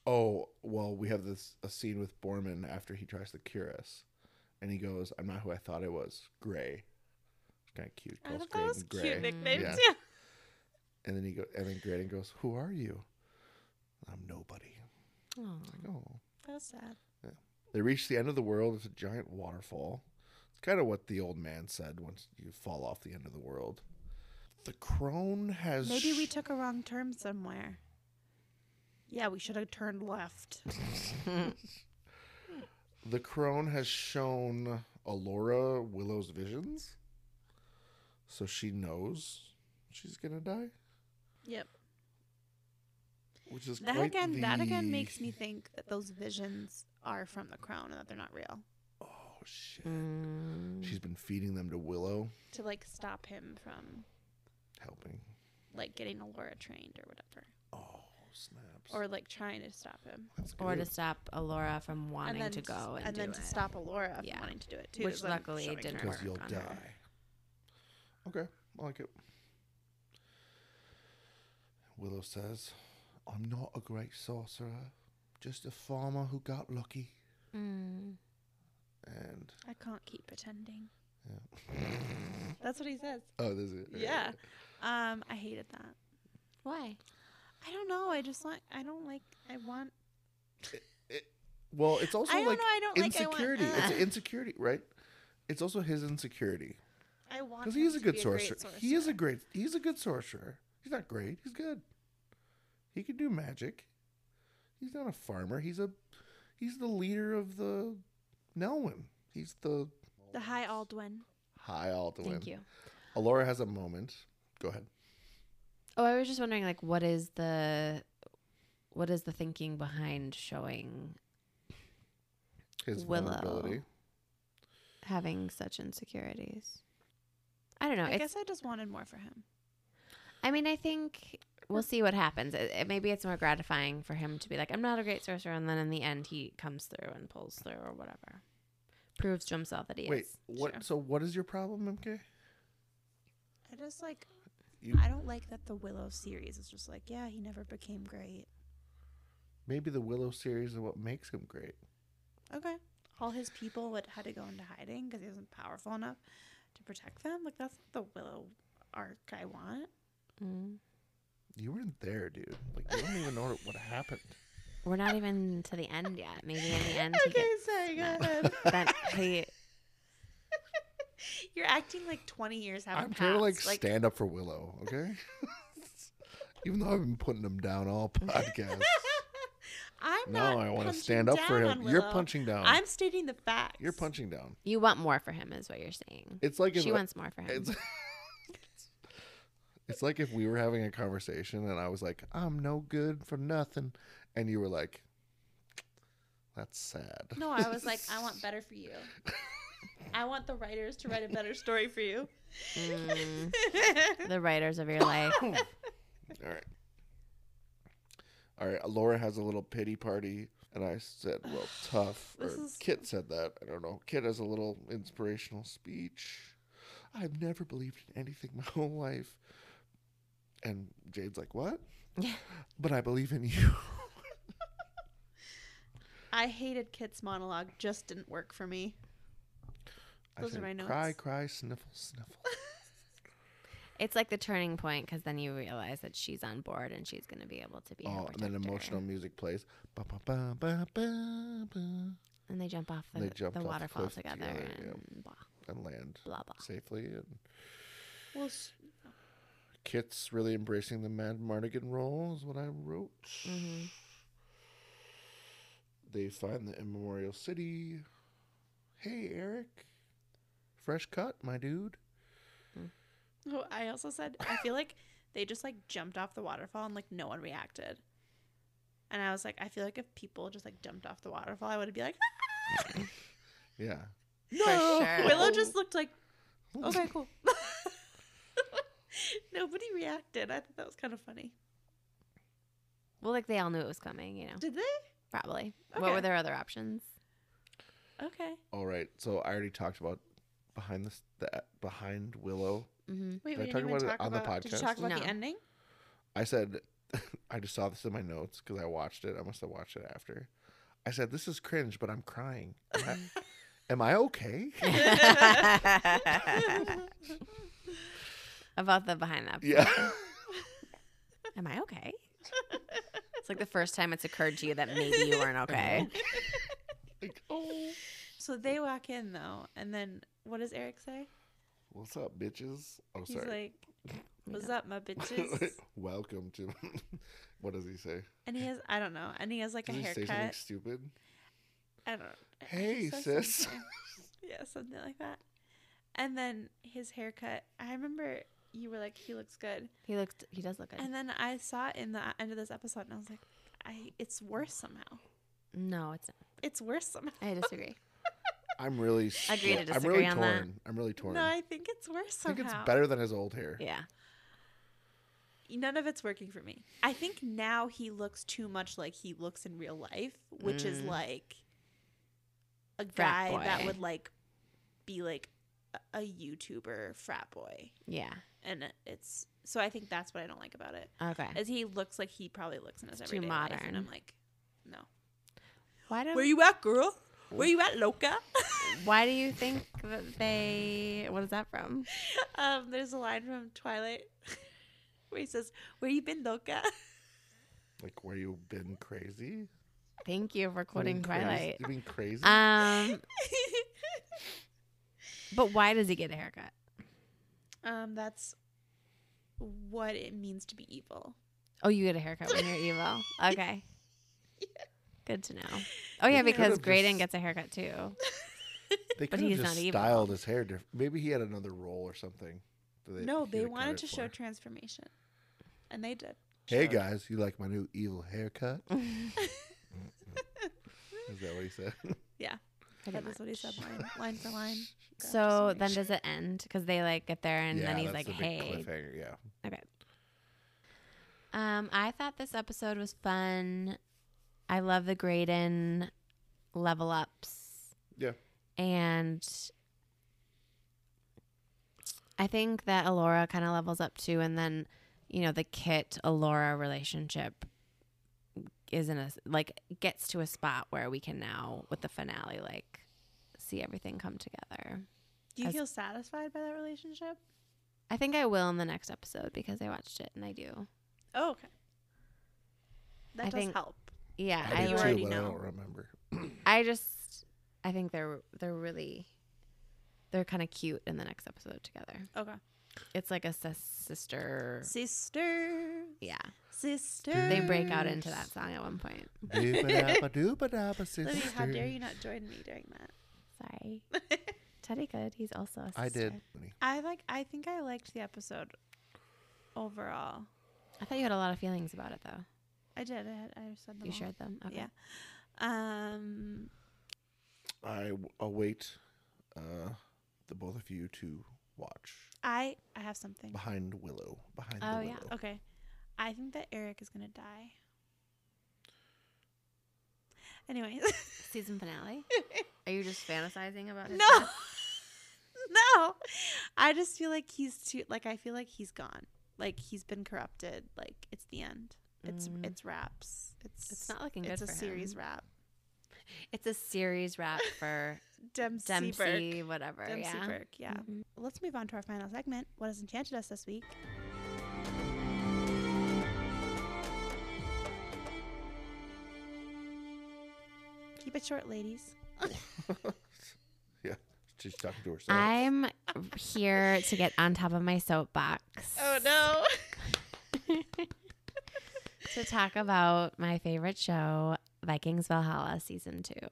Speaker 2: Oh well, we have this a scene with Borman after he tries to cure us, and he goes, "I'm not who I thought I was. Gray." It's kind of cute.
Speaker 1: I
Speaker 2: Calls
Speaker 1: thought that
Speaker 2: Graydon
Speaker 1: was cute nickname
Speaker 2: Yeah.
Speaker 1: too.
Speaker 2: And then he go, and then Graydon goes, "Who are you?" I'm nobody.
Speaker 3: Aw.
Speaker 2: Oh.
Speaker 1: That was sad.
Speaker 2: They reach the end of the world. It's a giant waterfall. It's kind of what the old man said once you fall off the end of the world. The crone has.
Speaker 1: Maybe we
Speaker 2: sh-
Speaker 1: took a wrong turn somewhere. Yeah, we should have turned left.
Speaker 2: the crone has shown Alora Willow's visions. So she knows she's going to die.
Speaker 1: Yep.
Speaker 2: Which is
Speaker 1: That
Speaker 2: quite
Speaker 1: again, that again
Speaker 2: the-
Speaker 1: makes me think that those visions are from the crown and that they're not real.
Speaker 2: Oh, shit.
Speaker 3: Mm.
Speaker 2: She's been feeding them to Willow,
Speaker 1: To like stop him from
Speaker 2: helping.
Speaker 1: like getting Alora trained or whatever,
Speaker 2: Oh, snaps.
Speaker 1: or like trying to stop him,
Speaker 2: That's
Speaker 3: Or to
Speaker 2: good.
Speaker 3: stop Alora from wanting
Speaker 1: and then
Speaker 3: to go and,
Speaker 1: and then
Speaker 3: do
Speaker 1: to
Speaker 3: it.
Speaker 1: stop Alora from
Speaker 3: Yeah.
Speaker 1: wanting to do it too.
Speaker 3: Which
Speaker 1: is what I'm
Speaker 3: luckily it
Speaker 1: showing
Speaker 3: didn't
Speaker 1: her.
Speaker 2: because
Speaker 3: work
Speaker 2: you'll
Speaker 3: on
Speaker 2: die.
Speaker 3: her.
Speaker 2: Okay, I like it. Willow says, "I'm not a great sorcerer, just a farmer who got lucky."
Speaker 3: Mm.
Speaker 2: And
Speaker 1: I can't keep pretending.
Speaker 2: yeah.
Speaker 1: That's what he says.
Speaker 2: oh, this is it.
Speaker 1: Yeah. Um, I hated that.
Speaker 3: Why?
Speaker 1: I don't know. I just want. I don't like. I want.
Speaker 2: Well, it's also
Speaker 1: I don't
Speaker 2: like
Speaker 1: know. I don't like. I want.
Speaker 2: insecurity.
Speaker 1: uh,
Speaker 2: It's insecurity, right? It's also his insecurity
Speaker 1: I want.
Speaker 2: because
Speaker 1: him
Speaker 2: he's a
Speaker 1: to
Speaker 2: good
Speaker 1: be
Speaker 2: sorcerer.
Speaker 1: great
Speaker 2: He is a great. He's a good sorcerer. He's not great. He's good. He can do magic. He's not a farmer. He's a. He's the leader of the Nelwyn. He's the
Speaker 1: The High Aldwin.
Speaker 2: Hi, Alduin.
Speaker 3: Thank you.
Speaker 2: Alora has a moment. Go ahead.
Speaker 3: Oh, I was just wondering, like, what is the what is the thinking behind showing
Speaker 2: His
Speaker 3: Willow.
Speaker 2: vulnerability.
Speaker 3: having such insecurities? I don't know.
Speaker 1: I
Speaker 3: it's,
Speaker 1: guess I just wanted more for him.
Speaker 3: I mean, I think we'll see what happens. It, it- maybe it's more gratifying for him to be like, I'm not a great sorcerer, and then in the end, he comes through and pulls through or whatever, proves to himself that he
Speaker 2: Wait,
Speaker 3: is.
Speaker 2: what?
Speaker 1: sure.
Speaker 2: So, what is your problem, MK?
Speaker 1: I just like.
Speaker 2: You
Speaker 1: I don't like that the Willow series is just like, yeah, he never became great.
Speaker 2: maybe the Willow series is what makes him great.
Speaker 1: Okay. All his people would had to go into hiding because he wasn't powerful enough to protect them. Like that's not the Willow arc I want.
Speaker 3: Mm.
Speaker 2: You weren't there, dude. Like you don't even know what- what happened.
Speaker 3: We're not even to the end yet. Maybe in the end, he
Speaker 1: okay,
Speaker 3: gets
Speaker 1: sorry, go
Speaker 3: mad.
Speaker 1: ahead.
Speaker 3: then he,
Speaker 1: You're acting like 20 years haven't
Speaker 2: I'm
Speaker 1: passed.
Speaker 2: trying to like,
Speaker 1: like
Speaker 2: stand up for Willow, okay? even though I've been putting him down all podcast.
Speaker 1: I'm
Speaker 2: no,
Speaker 1: not.
Speaker 2: I want to
Speaker 1: punching
Speaker 2: stand up for
Speaker 1: down
Speaker 2: him.
Speaker 1: on
Speaker 2: You're
Speaker 1: Willow.
Speaker 2: punching down.
Speaker 1: I'm stating the facts.
Speaker 2: You're punching down.
Speaker 3: you want more for him, is what you're saying.
Speaker 2: It's like if
Speaker 3: She
Speaker 2: I-
Speaker 3: wants more for him.
Speaker 2: It's, it's like if we were having a conversation and I was like, I'm no good for nothing. And you were like, that's sad.
Speaker 1: No, I was like, I want better for you. I want the writers to write a better story for you.
Speaker 3: Mm. the writers of your life.
Speaker 2: All right. All right. Laura has a little pity party. And I said, well, tough. Or
Speaker 1: This is-
Speaker 2: Kit said that. I don't know. Kit has a little inspirational speech. I've never believed in anything my whole life. And Jade's like, what?
Speaker 3: Yeah.
Speaker 2: But I believe in you.
Speaker 1: I hated Kit's monologue; just didn't work for me.
Speaker 2: I
Speaker 1: Those are
Speaker 2: said,
Speaker 1: my
Speaker 2: Cry,
Speaker 1: notes.
Speaker 2: cry, sniffle, sniffle.
Speaker 3: It's like the turning point because then you realize that she's on board and she's going to be able to be. her
Speaker 2: Oh, and then
Speaker 3: protector.
Speaker 2: emotional music plays. Ba, ba, ba, ba, ba, ba,
Speaker 3: And they jump off the,
Speaker 2: They jumped
Speaker 3: the
Speaker 2: off the
Speaker 3: waterfall
Speaker 2: cliff
Speaker 3: together,
Speaker 2: together, yeah.
Speaker 3: and blah,
Speaker 2: and land
Speaker 3: blah, blah.
Speaker 2: safely. And
Speaker 1: Well, s-
Speaker 2: Kit's really embracing the Mad Mardigan role is what I wrote.
Speaker 3: Mhm.
Speaker 2: They find the immemorial city. Hey, Eric. Fresh cut, my dude.
Speaker 1: oh, I also said I feel like they just like jumped off the waterfall and like no one reacted. And I was like, I feel like if people just like jumped off the waterfall, I would be like, "Ah,
Speaker 2: Yeah.
Speaker 3: For sure.
Speaker 1: Willow just looked like, okay, cool. Nobody reacted. I thought that was kind of funny.
Speaker 3: Well, like they all knew it was coming, you know.
Speaker 1: Did they?
Speaker 3: Probably. What
Speaker 1: Okay.
Speaker 3: were their other options?
Speaker 1: Okay.
Speaker 2: All right. So I already talked about behind this that behind Willow.
Speaker 3: Mm-hmm.
Speaker 1: Wait,
Speaker 2: Did I
Speaker 1: we
Speaker 2: talk
Speaker 1: didn't even
Speaker 2: about it
Speaker 1: talk
Speaker 2: on the
Speaker 1: about. Did you
Speaker 2: podcast?
Speaker 1: talk about the
Speaker 3: No.
Speaker 1: ending?
Speaker 2: I said I just saw this in my notes because I watched it. I must have watched it after. I said this is cringe, but I'm crying. Am I, am I okay?
Speaker 3: About the behind that.
Speaker 2: Yeah.
Speaker 3: Am I okay? it's like the first time it's occurred to you that maybe you weren't okay.
Speaker 2: Like, oh.
Speaker 1: So they walk in though, and then what does Eric say?
Speaker 2: What's up, bitches? Oh,
Speaker 1: He's
Speaker 2: sorry.
Speaker 1: like, "What's up, my bitches?"
Speaker 2: Welcome to. what does he say?
Speaker 1: and he has I don't know, and he has like
Speaker 2: Does
Speaker 1: a
Speaker 2: he say something
Speaker 1: haircut.
Speaker 2: stupid?
Speaker 1: I don't. know. I- I
Speaker 2: Hey,
Speaker 1: saw
Speaker 2: sis.
Speaker 1: something. yeah, something like that. And then his haircut. I remember you were like, "He looks good,"
Speaker 3: He looked. He does look good.
Speaker 1: and then I saw it in the end of this episode, and I was like, "I, it's worse somehow.
Speaker 3: no, it's.
Speaker 1: It's worse somehow."
Speaker 3: Not. I disagree.
Speaker 2: I'm really.
Speaker 3: Agree to
Speaker 2: split- I'm really
Speaker 3: disagree on that.
Speaker 2: torn. I'm really torn.
Speaker 1: No,
Speaker 2: I
Speaker 1: I think it's worse somehow.
Speaker 2: think it's better than his old hair.
Speaker 3: yeah.
Speaker 1: None of it's working for me. I think now he looks too much like he looks in real life, which is
Speaker 3: Mm.
Speaker 1: like a guy that
Speaker 3: boy.
Speaker 1: would like be like a, a YouTuber frat boy,
Speaker 3: Yeah.
Speaker 1: and it's so I think that's what I don't like about it.
Speaker 3: Okay.
Speaker 1: As he looks like he probably looks in his
Speaker 3: It's too
Speaker 1: everyday life, and I'm
Speaker 3: modern.
Speaker 1: like, no.
Speaker 3: Why do
Speaker 1: Where you at, girl? Where you at, loca?
Speaker 3: Why do you think that they? What is that from?
Speaker 1: um, there's a line from Twilight where he says, "Where you been, loca?"
Speaker 2: Like, where you been crazy?
Speaker 3: Thank you for
Speaker 2: You
Speaker 3: quoting
Speaker 2: been crazy-
Speaker 3: Twilight.
Speaker 2: You been crazy?
Speaker 1: Uh,
Speaker 3: Um, but why does he get a haircut?
Speaker 1: Um, that's what it means to be evil.
Speaker 3: Oh, you get a haircut when you're evil. Okay. Good to know. Oh yeah,
Speaker 2: They could
Speaker 3: because
Speaker 2: have
Speaker 3: Graydon
Speaker 2: just-
Speaker 3: gets a haircut too.
Speaker 2: they
Speaker 3: but
Speaker 2: could have
Speaker 3: he's
Speaker 2: just
Speaker 3: not evil.
Speaker 2: styled his hair different. Maybe he had another role or something. that
Speaker 1: no,
Speaker 2: he
Speaker 1: they
Speaker 2: had
Speaker 1: wanted
Speaker 2: covered
Speaker 1: to
Speaker 2: for.
Speaker 1: show transformation, and they did.
Speaker 2: Hey
Speaker 1: Showed-
Speaker 2: guys, you like my new evil haircut? Is that what he said?
Speaker 3: Pretty
Speaker 1: That is what he said, line, line for line. Just
Speaker 3: So
Speaker 1: make
Speaker 3: then
Speaker 1: sure.
Speaker 3: does it end? Because they like get there and then he's
Speaker 2: that's
Speaker 3: like,
Speaker 2: the big
Speaker 3: "Hey."
Speaker 2: cliffhanger. Yeah,
Speaker 3: Um, I thought this episode was fun. I love the Graydon level ups.
Speaker 2: Yeah.
Speaker 3: And I think that Alora kind of levels up too, and then you know the Kit Alora relationship is in a like gets to a spot where we can now with the finale like see everything come together.
Speaker 1: do you
Speaker 3: as-
Speaker 1: feel satisfied by that relationship?
Speaker 3: I think I will in the next episode because I watched it and I do.
Speaker 1: Oh, okay. That
Speaker 3: I
Speaker 1: does
Speaker 3: think-
Speaker 1: help.
Speaker 3: Yeah,
Speaker 1: I
Speaker 3: I,
Speaker 1: do
Speaker 2: do
Speaker 3: like-
Speaker 1: you
Speaker 2: too,
Speaker 1: already
Speaker 2: but I
Speaker 1: know.
Speaker 2: don't remember.
Speaker 3: I just I think they're they're really they're kind of cute in the next episode together.
Speaker 1: Okay,
Speaker 3: It's like a sis- sister.
Speaker 1: sister,
Speaker 3: Yeah,
Speaker 1: sister.
Speaker 3: they break out into that song at one point.
Speaker 2: Doobadabba, doobadabba,
Speaker 1: Libby, how dare
Speaker 2: sister.
Speaker 1: you not join me during that?
Speaker 3: Sorry, Teddy Good. He's also a sister.
Speaker 2: I did.
Speaker 1: I like. I think I liked the episode overall.
Speaker 3: I thought you had a lot of feelings about it though.
Speaker 1: I did. I, had, I said them
Speaker 3: You
Speaker 1: all.
Speaker 3: shared them. Okay.
Speaker 1: Yeah. Um.
Speaker 2: I w- await uh, the both of you to watch
Speaker 1: I I have something.
Speaker 2: behind Willow. Behind
Speaker 3: Oh,
Speaker 2: the
Speaker 3: yeah.
Speaker 2: Willow.
Speaker 1: Okay. I think that Eric is gonna die. Anyways.
Speaker 3: Season finale. Are you just fantasizing about it?
Speaker 1: no. no. I just feel like he's too like I feel like he's gone. Like he's been corrupted. Like it's the end. It's
Speaker 3: Mm.
Speaker 1: it's wraps. It's
Speaker 3: It's not looking good.
Speaker 1: it's a
Speaker 3: for
Speaker 1: series
Speaker 3: him.
Speaker 1: wrap.
Speaker 3: It's a series wrap for
Speaker 1: Dempsey,
Speaker 3: Dempsey,
Speaker 1: Burke.
Speaker 3: whatever.
Speaker 1: Dempsey
Speaker 3: yeah.
Speaker 1: Burke, yeah.
Speaker 3: Mhm.
Speaker 1: Let's move on to our final segment. What has enchanted us this week? Keep it short, ladies.
Speaker 2: yeah. She's talking to herself.
Speaker 3: I'm here to get on top of my soapbox.
Speaker 1: Oh, no.
Speaker 3: to talk about my favorite show, Vikings Valhalla season two.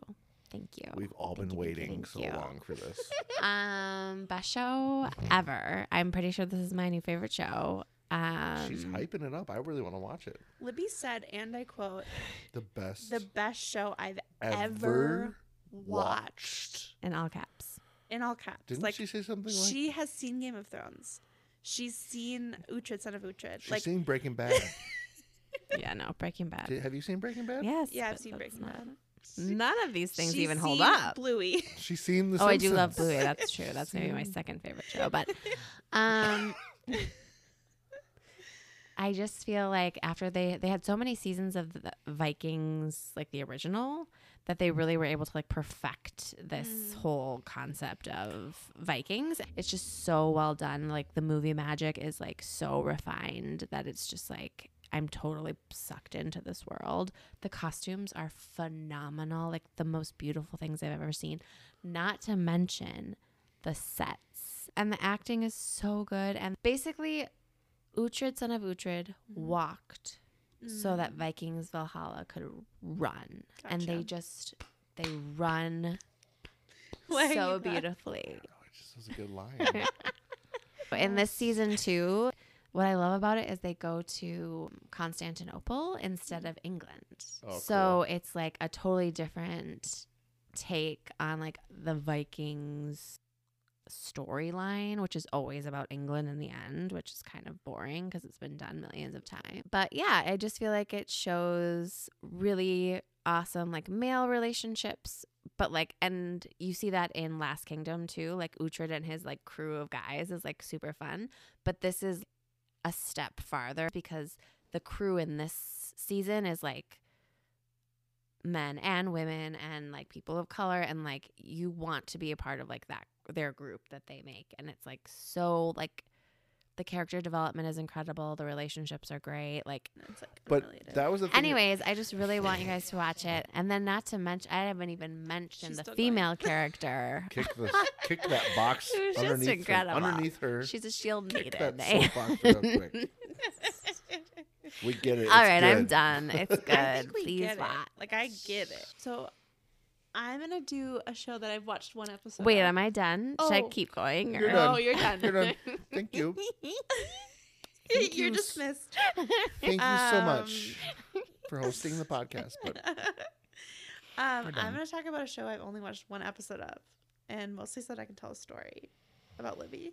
Speaker 3: Thank you.
Speaker 2: We've all
Speaker 3: Thank
Speaker 2: been
Speaker 3: you, thank you,
Speaker 2: waiting
Speaker 3: thank
Speaker 2: so
Speaker 3: you.
Speaker 2: long for this.
Speaker 3: Um, best show ever. I'm pretty sure this is my new favorite show. Um,
Speaker 2: She's hyping it up. I really want to watch it.
Speaker 1: Libby said, and I quote,
Speaker 2: The best
Speaker 1: the best show I've
Speaker 2: ever,
Speaker 1: ever
Speaker 2: watched.
Speaker 1: watched.
Speaker 3: in all caps.
Speaker 1: In all caps.
Speaker 2: Didn't
Speaker 1: like,
Speaker 2: she say something like
Speaker 1: she has seen Game of Thrones. She's seen Uhtred, Son of Uhtred.
Speaker 2: she's
Speaker 1: like,
Speaker 2: seen Breaking Bad?
Speaker 3: yeah, no, Breaking Bad.
Speaker 2: Did- have you seen Breaking Bad?
Speaker 3: Yes.
Speaker 1: Yeah, I've
Speaker 3: but
Speaker 1: seen
Speaker 3: that's
Speaker 1: Breaking
Speaker 3: not-
Speaker 1: Bad.
Speaker 3: None of these things
Speaker 1: She's
Speaker 3: even hold
Speaker 1: seen
Speaker 3: up.
Speaker 1: Bluey.
Speaker 2: She's seen the
Speaker 3: Oh, I do love
Speaker 2: Simpsons.
Speaker 3: Bluey. That's true. That's maybe my second favorite show, but um I just feel like after they they had so many seasons of the Vikings, like the original, that they really were able to like perfect this whole concept of Vikings. It's just so well done. Like the movie magic is like so refined that it's just like I'm totally sucked into this world. The costumes are phenomenal, like the most beautiful things I've ever seen. Not to mention the sets. And the acting is so good. And basically, Uhtred, son of Uhtred,
Speaker 1: Mm-hmm.
Speaker 3: walked so that Vikings Valhalla could run. And they just, they run
Speaker 1: Why are
Speaker 3: so
Speaker 1: you glad?
Speaker 3: beautifully.
Speaker 2: Oh, it just was a good line.
Speaker 3: In this season two, what I love about it is they go to Constantinople instead of England.
Speaker 2: Oh,
Speaker 3: so it's like a totally different take on like the Vikings storyline, which is always about England in the end, which is kind of boring because it's been done millions of times. But yeah, I just feel like it shows really awesome like male relationships. But like, and you see that in Last Kingdom too. Like Uhtred and his like crew of guys is like super fun. But this is a step farther because the crew in this season is like men and women and like people of color and like you want to be a part of like that their group that they make and it's like so like the character development is incredible the relationships are great like
Speaker 1: It's like
Speaker 2: but
Speaker 1: unrelated.
Speaker 2: that was the thing.
Speaker 3: anyways i just really want you guys to watch it and then not to mention i haven't even mentioned
Speaker 1: She's
Speaker 3: the
Speaker 1: still going.
Speaker 3: female character
Speaker 2: Kick the kick that box
Speaker 3: It was just
Speaker 2: underneath, her-
Speaker 3: incredible.
Speaker 2: underneath her.
Speaker 3: she's a shield
Speaker 2: Kick
Speaker 3: needed
Speaker 2: that soapbox real quick. We get it.
Speaker 3: all
Speaker 2: it's
Speaker 3: right i'm
Speaker 2: good.
Speaker 3: done it's
Speaker 1: I
Speaker 3: good
Speaker 1: think we
Speaker 3: please
Speaker 1: get
Speaker 3: watch
Speaker 1: it. Like I get it. So I'm gonna do a show that I've watched one episode.
Speaker 3: wait
Speaker 1: of.
Speaker 3: am i done should i
Speaker 1: Oh.
Speaker 3: keep going
Speaker 2: You're
Speaker 3: or-
Speaker 1: No,
Speaker 2: done.
Speaker 1: you're done.
Speaker 2: You're done. Thank you. Thank
Speaker 1: you're
Speaker 2: you s-
Speaker 1: dismissed.
Speaker 2: Thank you so
Speaker 1: Um,
Speaker 2: much for hosting the podcast. But
Speaker 1: Um,
Speaker 2: done.
Speaker 1: I'm gonna talk about a show I've only watched one episode of, and mostly so that I can tell a story about Libby.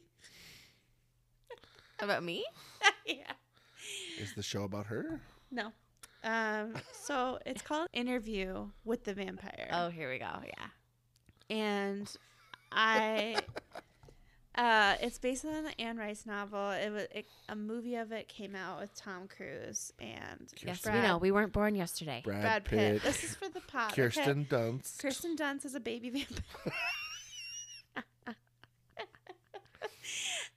Speaker 3: about me
Speaker 1: yeah.
Speaker 2: is the show about her?
Speaker 1: No. Um, so it's called Interview with the Vampire.
Speaker 3: oh here we go yeah
Speaker 1: and I. Uh, it's based on the Anne Rice novel. It was it, a movie of it came out with Tom Cruise and
Speaker 3: Yes,
Speaker 1: Brad,
Speaker 3: we know. We weren't born yesterday.
Speaker 2: Brad,
Speaker 1: Brad Pitt.
Speaker 2: Pitt,
Speaker 1: This is for the pod. okay?
Speaker 2: Kirsten Dunst.
Speaker 1: Kirsten Dunst is a baby vampire.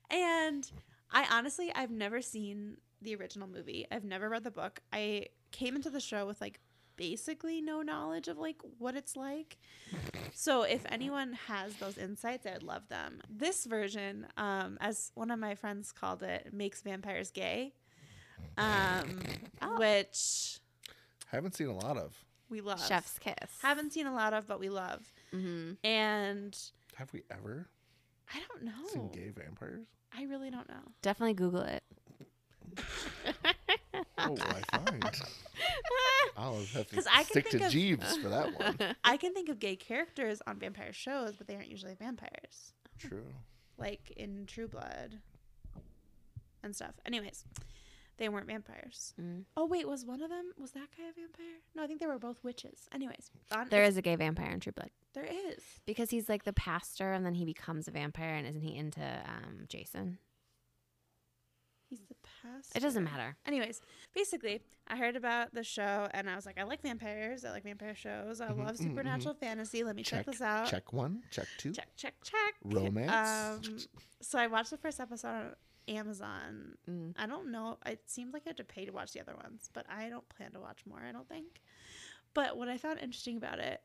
Speaker 1: and I honestly, I've never seen the original movie. I've never read the book. I came into the show with like basically no knowledge of like what it's like. So if anyone has those insights, I would love them. This version, um, as one of my friends called it, makes vampires gay, um,
Speaker 3: Oh,
Speaker 1: which
Speaker 2: Haven't seen a lot of.
Speaker 1: we love.
Speaker 3: Chef's kiss.
Speaker 1: Haven't seen a lot of, but we love
Speaker 3: Mm-hmm.
Speaker 1: and
Speaker 2: Have we ever
Speaker 1: I don't
Speaker 3: Oh.
Speaker 2: seen
Speaker 1: know.
Speaker 2: gay vampires?
Speaker 1: I really don't know.
Speaker 3: Definitely Google it.
Speaker 2: Oh, I find. I'll have to
Speaker 1: 'Cause I can
Speaker 2: stick to
Speaker 1: think of-
Speaker 2: Jeeves for that one.
Speaker 1: I can think of gay characters on vampire shows, but they aren't usually vampires,
Speaker 2: True.
Speaker 1: like in True Blood and stuff. Anyways, they weren't vampires.
Speaker 3: Mm.
Speaker 1: Oh wait, was one of them was that guy a vampire? No, I think they were both witches. Anyways, on,
Speaker 3: There is a gay vampire in True Blood
Speaker 1: there is.
Speaker 3: because he's like the pastor, and then he becomes a vampire, and isn't he into um, Jason?
Speaker 1: He's the past.
Speaker 3: It doesn't matter.
Speaker 1: Anyways, basically, I heard about the show and I was like, I like vampires. I like vampire shows. I
Speaker 2: Mhm,
Speaker 1: love
Speaker 2: mhm, mhm.
Speaker 1: supernatural fantasy. Let me check,
Speaker 2: Check,
Speaker 1: this out.
Speaker 2: Check one, check two.
Speaker 1: Uh, check, check, check.
Speaker 2: Romance.
Speaker 1: Um, so I watched the first episode on Amazon.
Speaker 3: Mm.
Speaker 1: I don't know. It seemed like I had to pay to watch the other ones, but I don't plan to watch more. I don't think. But what I found interesting about it,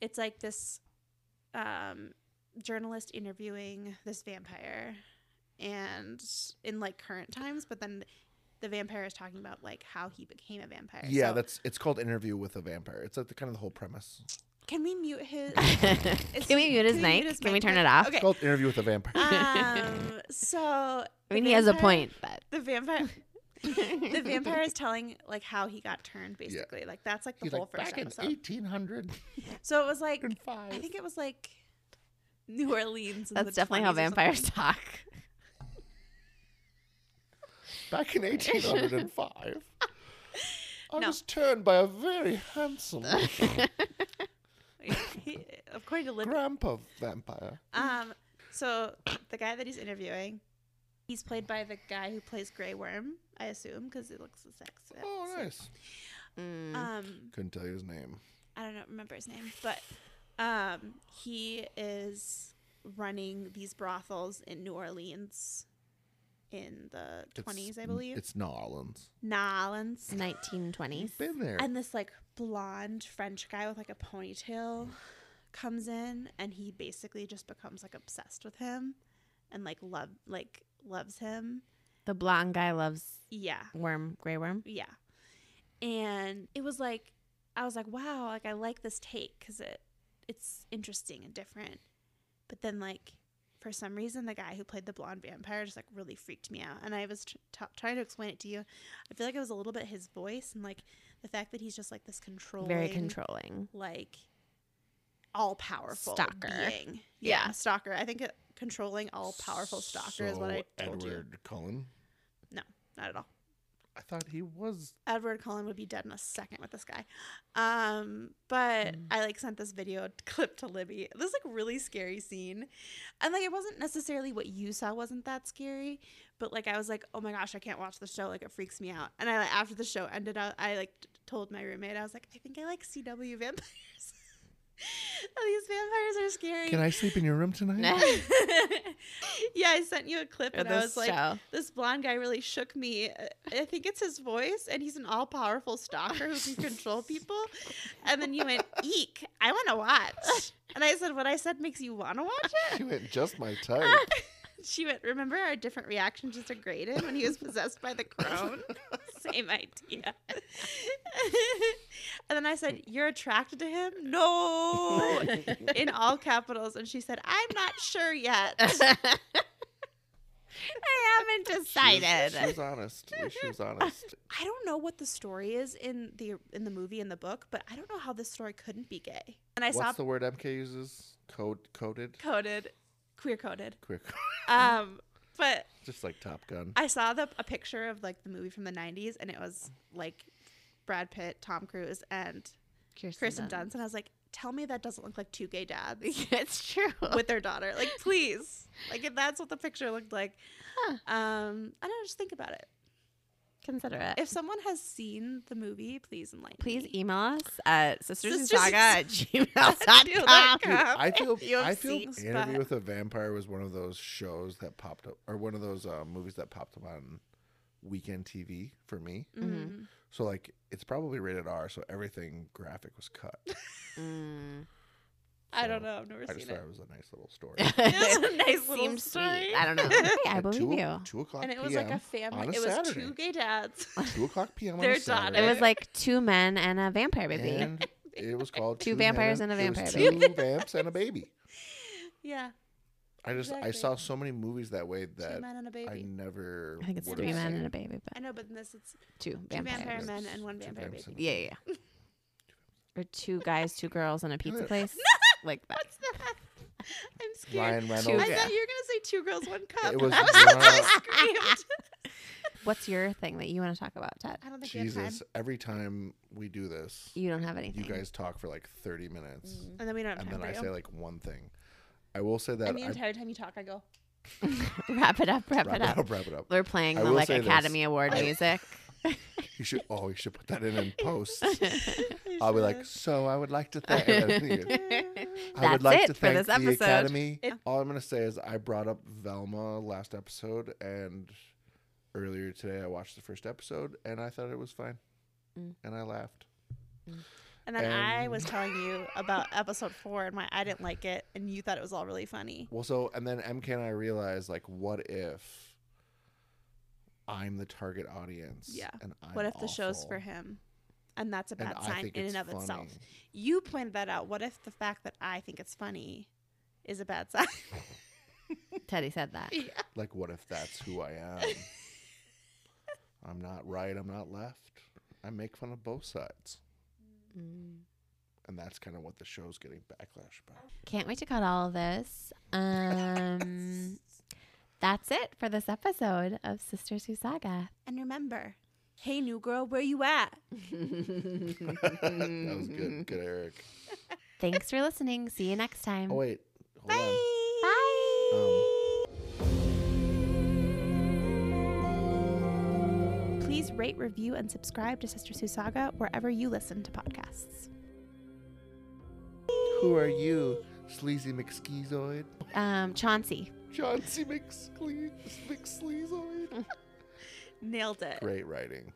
Speaker 1: it's like this um, journalist interviewing this vampire, and in like current times, but then the vampire is talking about like how he became a vampire.
Speaker 2: Yeah,
Speaker 1: So-
Speaker 2: that's it's called Interview with a Vampire. It's like the kind of the whole premise.
Speaker 1: Can we mute his? Is-
Speaker 3: Can we mute his
Speaker 1: can we
Speaker 3: mic?
Speaker 1: mute his
Speaker 3: Can we
Speaker 1: mic,
Speaker 3: turn
Speaker 1: please?
Speaker 3: it off?
Speaker 1: Okay.
Speaker 2: It's called Interview with a Vampire.
Speaker 1: Um, so
Speaker 3: I
Speaker 1: the
Speaker 3: mean, he has a
Speaker 1: vampire-
Speaker 3: point, but
Speaker 1: The vampire. the vampire is telling like how he got turned basically like that's like the
Speaker 2: He's
Speaker 1: whole
Speaker 2: like
Speaker 1: first
Speaker 2: back in
Speaker 1: episode
Speaker 2: eighteen hundred
Speaker 1: so it was like
Speaker 2: and
Speaker 1: i
Speaker 2: five.
Speaker 1: think it was like new orleans in
Speaker 3: that's
Speaker 1: the
Speaker 3: definitely how
Speaker 1: 20s or
Speaker 3: vampires
Speaker 1: something.
Speaker 3: talk.
Speaker 2: Back in eighteen hundred and five. I
Speaker 1: No.
Speaker 2: was turned by a very handsome
Speaker 1: According to Lib,
Speaker 2: grandpa vampire.
Speaker 1: Um, so the guy that he's interviewing, he's played by the guy who plays Grey Worm, I assume, because it looks the sex.
Speaker 2: Oh, nice.
Speaker 3: Mm.
Speaker 1: Um,
Speaker 2: Couldn't tell you his name.
Speaker 1: I don't know, remember his name, but um, he is running these brothels in New Orleans in the
Speaker 2: It's-
Speaker 1: 20s, I believe.
Speaker 2: It's New Orleans.
Speaker 1: New Orleans.
Speaker 3: 1920s.
Speaker 2: Been there.
Speaker 1: And this like blonde French guy with like a ponytail comes in and he basically just becomes like obsessed with him and like love like loves him.
Speaker 3: The blonde guy loves
Speaker 1: Yeah.
Speaker 3: worm, gray worm.
Speaker 1: Yeah. And it was like I was like, wow, like I like this take cuz it it's interesting and different. But then like for some reason the guy who played the blonde vampire just like really freaked me out. And I was tr- t- trying to explain it to you. I feel like it was a little bit his voice and like the fact that he's just like this controlling
Speaker 3: Very controlling.
Speaker 1: like all powerful
Speaker 3: Stalker.
Speaker 1: being. Yeah,
Speaker 3: Yeah.
Speaker 1: stalker. I think it, controlling all powerful stalker is what I
Speaker 2: So,
Speaker 1: told you.
Speaker 2: Edward Cullen.
Speaker 1: Not at all.
Speaker 2: I thought he was.
Speaker 1: Edward Cullen would be dead in a second with this guy. Um, but
Speaker 2: Mm.
Speaker 1: I like sent this video clip to Libby. This like really scary scene. And like it wasn't necessarily what you saw wasn't that scary, but like I was like, "Oh my gosh, I can't watch the show. Like it freaks me out." And I like, after the show ended I I like t- told my roommate. I was like, "I think I like CW vampires." Oh, These vampires are scary.
Speaker 2: Can I sleep in your room tonight?
Speaker 1: yeah, I sent you a clip and I was
Speaker 3: this
Speaker 1: like,
Speaker 3: show.
Speaker 1: this blonde guy really shook me. Uh, I think it's his voice, and he's an all powerful stalker who can control people. And then you went, Eek, I want to watch. And I said, What I said makes you want to watch it?
Speaker 2: she went just my type.
Speaker 1: She went, Remember our different reactions to Graydon when he was possessed by the crone? Same idea. and then I said, You're attracted to him? No, in all capitals. And she said, I'm not sure yet.
Speaker 3: I haven't
Speaker 2: She was-
Speaker 3: decided.
Speaker 2: She was honest. At least She was honest.
Speaker 1: I don't know what the story is in the in the movie and the book, but I don't know how this story couldn't be gay. And I saw
Speaker 2: What's the word MK uses? Code coded.
Speaker 1: coded, queer coded.
Speaker 2: Quick,
Speaker 1: Um, but
Speaker 2: just like Top Gun.
Speaker 1: I saw the a picture of like the movie from the '90s, and it was like Brad Pitt, Tom Cruise, and Kirsten Dunst, and I was like, tell me that doesn't look like two gay dads
Speaker 3: it's true.
Speaker 1: with their daughter. Like, please, like if that's what the picture looked like.
Speaker 3: Huh.
Speaker 1: Um, I don't know, just think about it.
Speaker 3: Consider it.
Speaker 1: If someone has seen the movie, please enlighten
Speaker 3: Please
Speaker 1: me.
Speaker 3: email us at sistersinsaga at
Speaker 1: Gmail.com.
Speaker 3: gmail.com.
Speaker 2: I feel.
Speaker 3: you have
Speaker 2: I feel.
Speaker 3: seen
Speaker 2: Interview
Speaker 3: Spot.
Speaker 2: with a Vampire was one of those shows that popped up, or one of those uh, movies that popped up on weekend TV for me.
Speaker 1: Mhm.
Speaker 2: So like, it's probably rated R, so everything graphic was cut.
Speaker 3: Mm.
Speaker 1: I don't
Speaker 2: So,
Speaker 1: know. I've never
Speaker 2: I
Speaker 1: seen
Speaker 2: just
Speaker 1: it.
Speaker 2: thought it was a nice little story.
Speaker 1: It's a nice
Speaker 3: It
Speaker 1: little
Speaker 3: seemed
Speaker 1: story.
Speaker 3: sweet. I don't know. Hey, I
Speaker 2: At
Speaker 3: believe
Speaker 2: two,
Speaker 3: you.
Speaker 2: Two o'clock.
Speaker 1: And it was
Speaker 2: PM,
Speaker 1: like a family.
Speaker 2: on a
Speaker 1: It was
Speaker 2: Saturday.
Speaker 1: two gay dads.
Speaker 2: Two o'clock p.m. on
Speaker 1: Their
Speaker 2: a
Speaker 1: daughter.
Speaker 2: Saturday.
Speaker 3: It was like two men and a vampire baby.
Speaker 2: And it was called
Speaker 3: Two vampires
Speaker 2: Men
Speaker 3: and a
Speaker 2: it was
Speaker 3: vampire
Speaker 2: Two vamps and a baby.
Speaker 1: yeah,
Speaker 2: I just I
Speaker 1: Exactly.
Speaker 2: saw so many movies that way that
Speaker 1: two men and a
Speaker 2: I
Speaker 1: baby.
Speaker 2: never.
Speaker 3: I think it's
Speaker 2: would
Speaker 3: three
Speaker 2: have
Speaker 3: men
Speaker 2: seen.
Speaker 3: and a baby,
Speaker 1: I
Speaker 3: but
Speaker 1: know, but in this it's
Speaker 3: two
Speaker 1: two vampire
Speaker 3: vampires.
Speaker 1: men and one
Speaker 2: Two
Speaker 1: vampire
Speaker 2: vamps
Speaker 1: baby.
Speaker 2: and a
Speaker 3: Yeah, yeah, yeah. Or two guys, two girls, and a pizza
Speaker 2: Yeah.
Speaker 3: place. like that.
Speaker 1: What's that? I'm scared.
Speaker 2: Ryan
Speaker 1: I
Speaker 2: Reynolds.
Speaker 1: thought you were
Speaker 3: Yeah.
Speaker 1: gonna say two girls, one cup.
Speaker 2: It was
Speaker 1: I was like,
Speaker 2: not-
Speaker 1: I screamed.
Speaker 3: What's your thing that you want to talk about, Ted?
Speaker 1: I don't think we have time.
Speaker 2: Jesus, every time we do this,
Speaker 3: You don't have
Speaker 2: you
Speaker 3: anything.
Speaker 2: guys talk for like 30 minutes,
Speaker 1: And then we don't have
Speaker 2: and
Speaker 1: time
Speaker 2: then I
Speaker 1: Mm-hmm. for
Speaker 2: say
Speaker 1: you.
Speaker 2: like one thing. I will say that
Speaker 1: and the
Speaker 2: I
Speaker 1: entire time you talk, I go.
Speaker 3: wrap it up, wrap,
Speaker 2: wrap
Speaker 3: it up.
Speaker 2: wrap it up.
Speaker 3: We're playing
Speaker 2: I
Speaker 3: the
Speaker 2: will
Speaker 3: like
Speaker 2: say this.
Speaker 3: Academy Award
Speaker 2: I-
Speaker 3: music.
Speaker 2: You should. Oh, you should put that in in post.
Speaker 1: "You
Speaker 2: I'll be
Speaker 1: should."
Speaker 2: like, so I would like to thank. I would
Speaker 3: That's
Speaker 2: like to
Speaker 3: it for
Speaker 2: thank
Speaker 3: this
Speaker 2: the
Speaker 3: episode.
Speaker 2: Academy.
Speaker 1: It-
Speaker 2: All I'm gonna say is I brought up Velma last episode, and earlier today I watched the first episode, and I thought it was fine,
Speaker 3: Mm.
Speaker 2: and I laughed.
Speaker 1: and then I was
Speaker 2: Um,
Speaker 1: telling you about episode four and why I didn't like it, and you thought it was all really funny.
Speaker 2: Well, so and then MK and I realized like, what if I'm the target audience?
Speaker 1: Yeah.
Speaker 2: And I'm
Speaker 1: what if the show's for
Speaker 2: awful,
Speaker 1: him? And that's a
Speaker 2: and
Speaker 1: bad
Speaker 2: I
Speaker 1: sign
Speaker 2: think
Speaker 1: in
Speaker 2: it's
Speaker 1: and of itself.
Speaker 2: funny?
Speaker 1: You pointed that out. What if the fact that I think it's funny is a bad sign?
Speaker 3: Teddy said that.
Speaker 2: Like, what if that's who I am? I'm not right. I'm not left. I make fun of both sides.
Speaker 3: Mm.
Speaker 2: and that's kind of what the show's getting backlash about.
Speaker 3: Can't wait to cut all of this. Um, that's it for this episode of Sisters Who Saga.
Speaker 1: and remember,
Speaker 4: "Hey, new girl, where you at?"
Speaker 2: that was good. Good, Eric.
Speaker 3: Thanks for listening. See you next time.
Speaker 2: Oh, wait. Hold on.
Speaker 3: Bye.
Speaker 2: Um,
Speaker 1: Please rate, review, and subscribe to Sister Sue Saga wherever you listen to podcasts.
Speaker 2: who are you, sleazy McSkeezoid?
Speaker 3: Um, Chauncey.
Speaker 2: John C. McSle- McSleazoid?
Speaker 4: Nailed it.
Speaker 2: Great writing.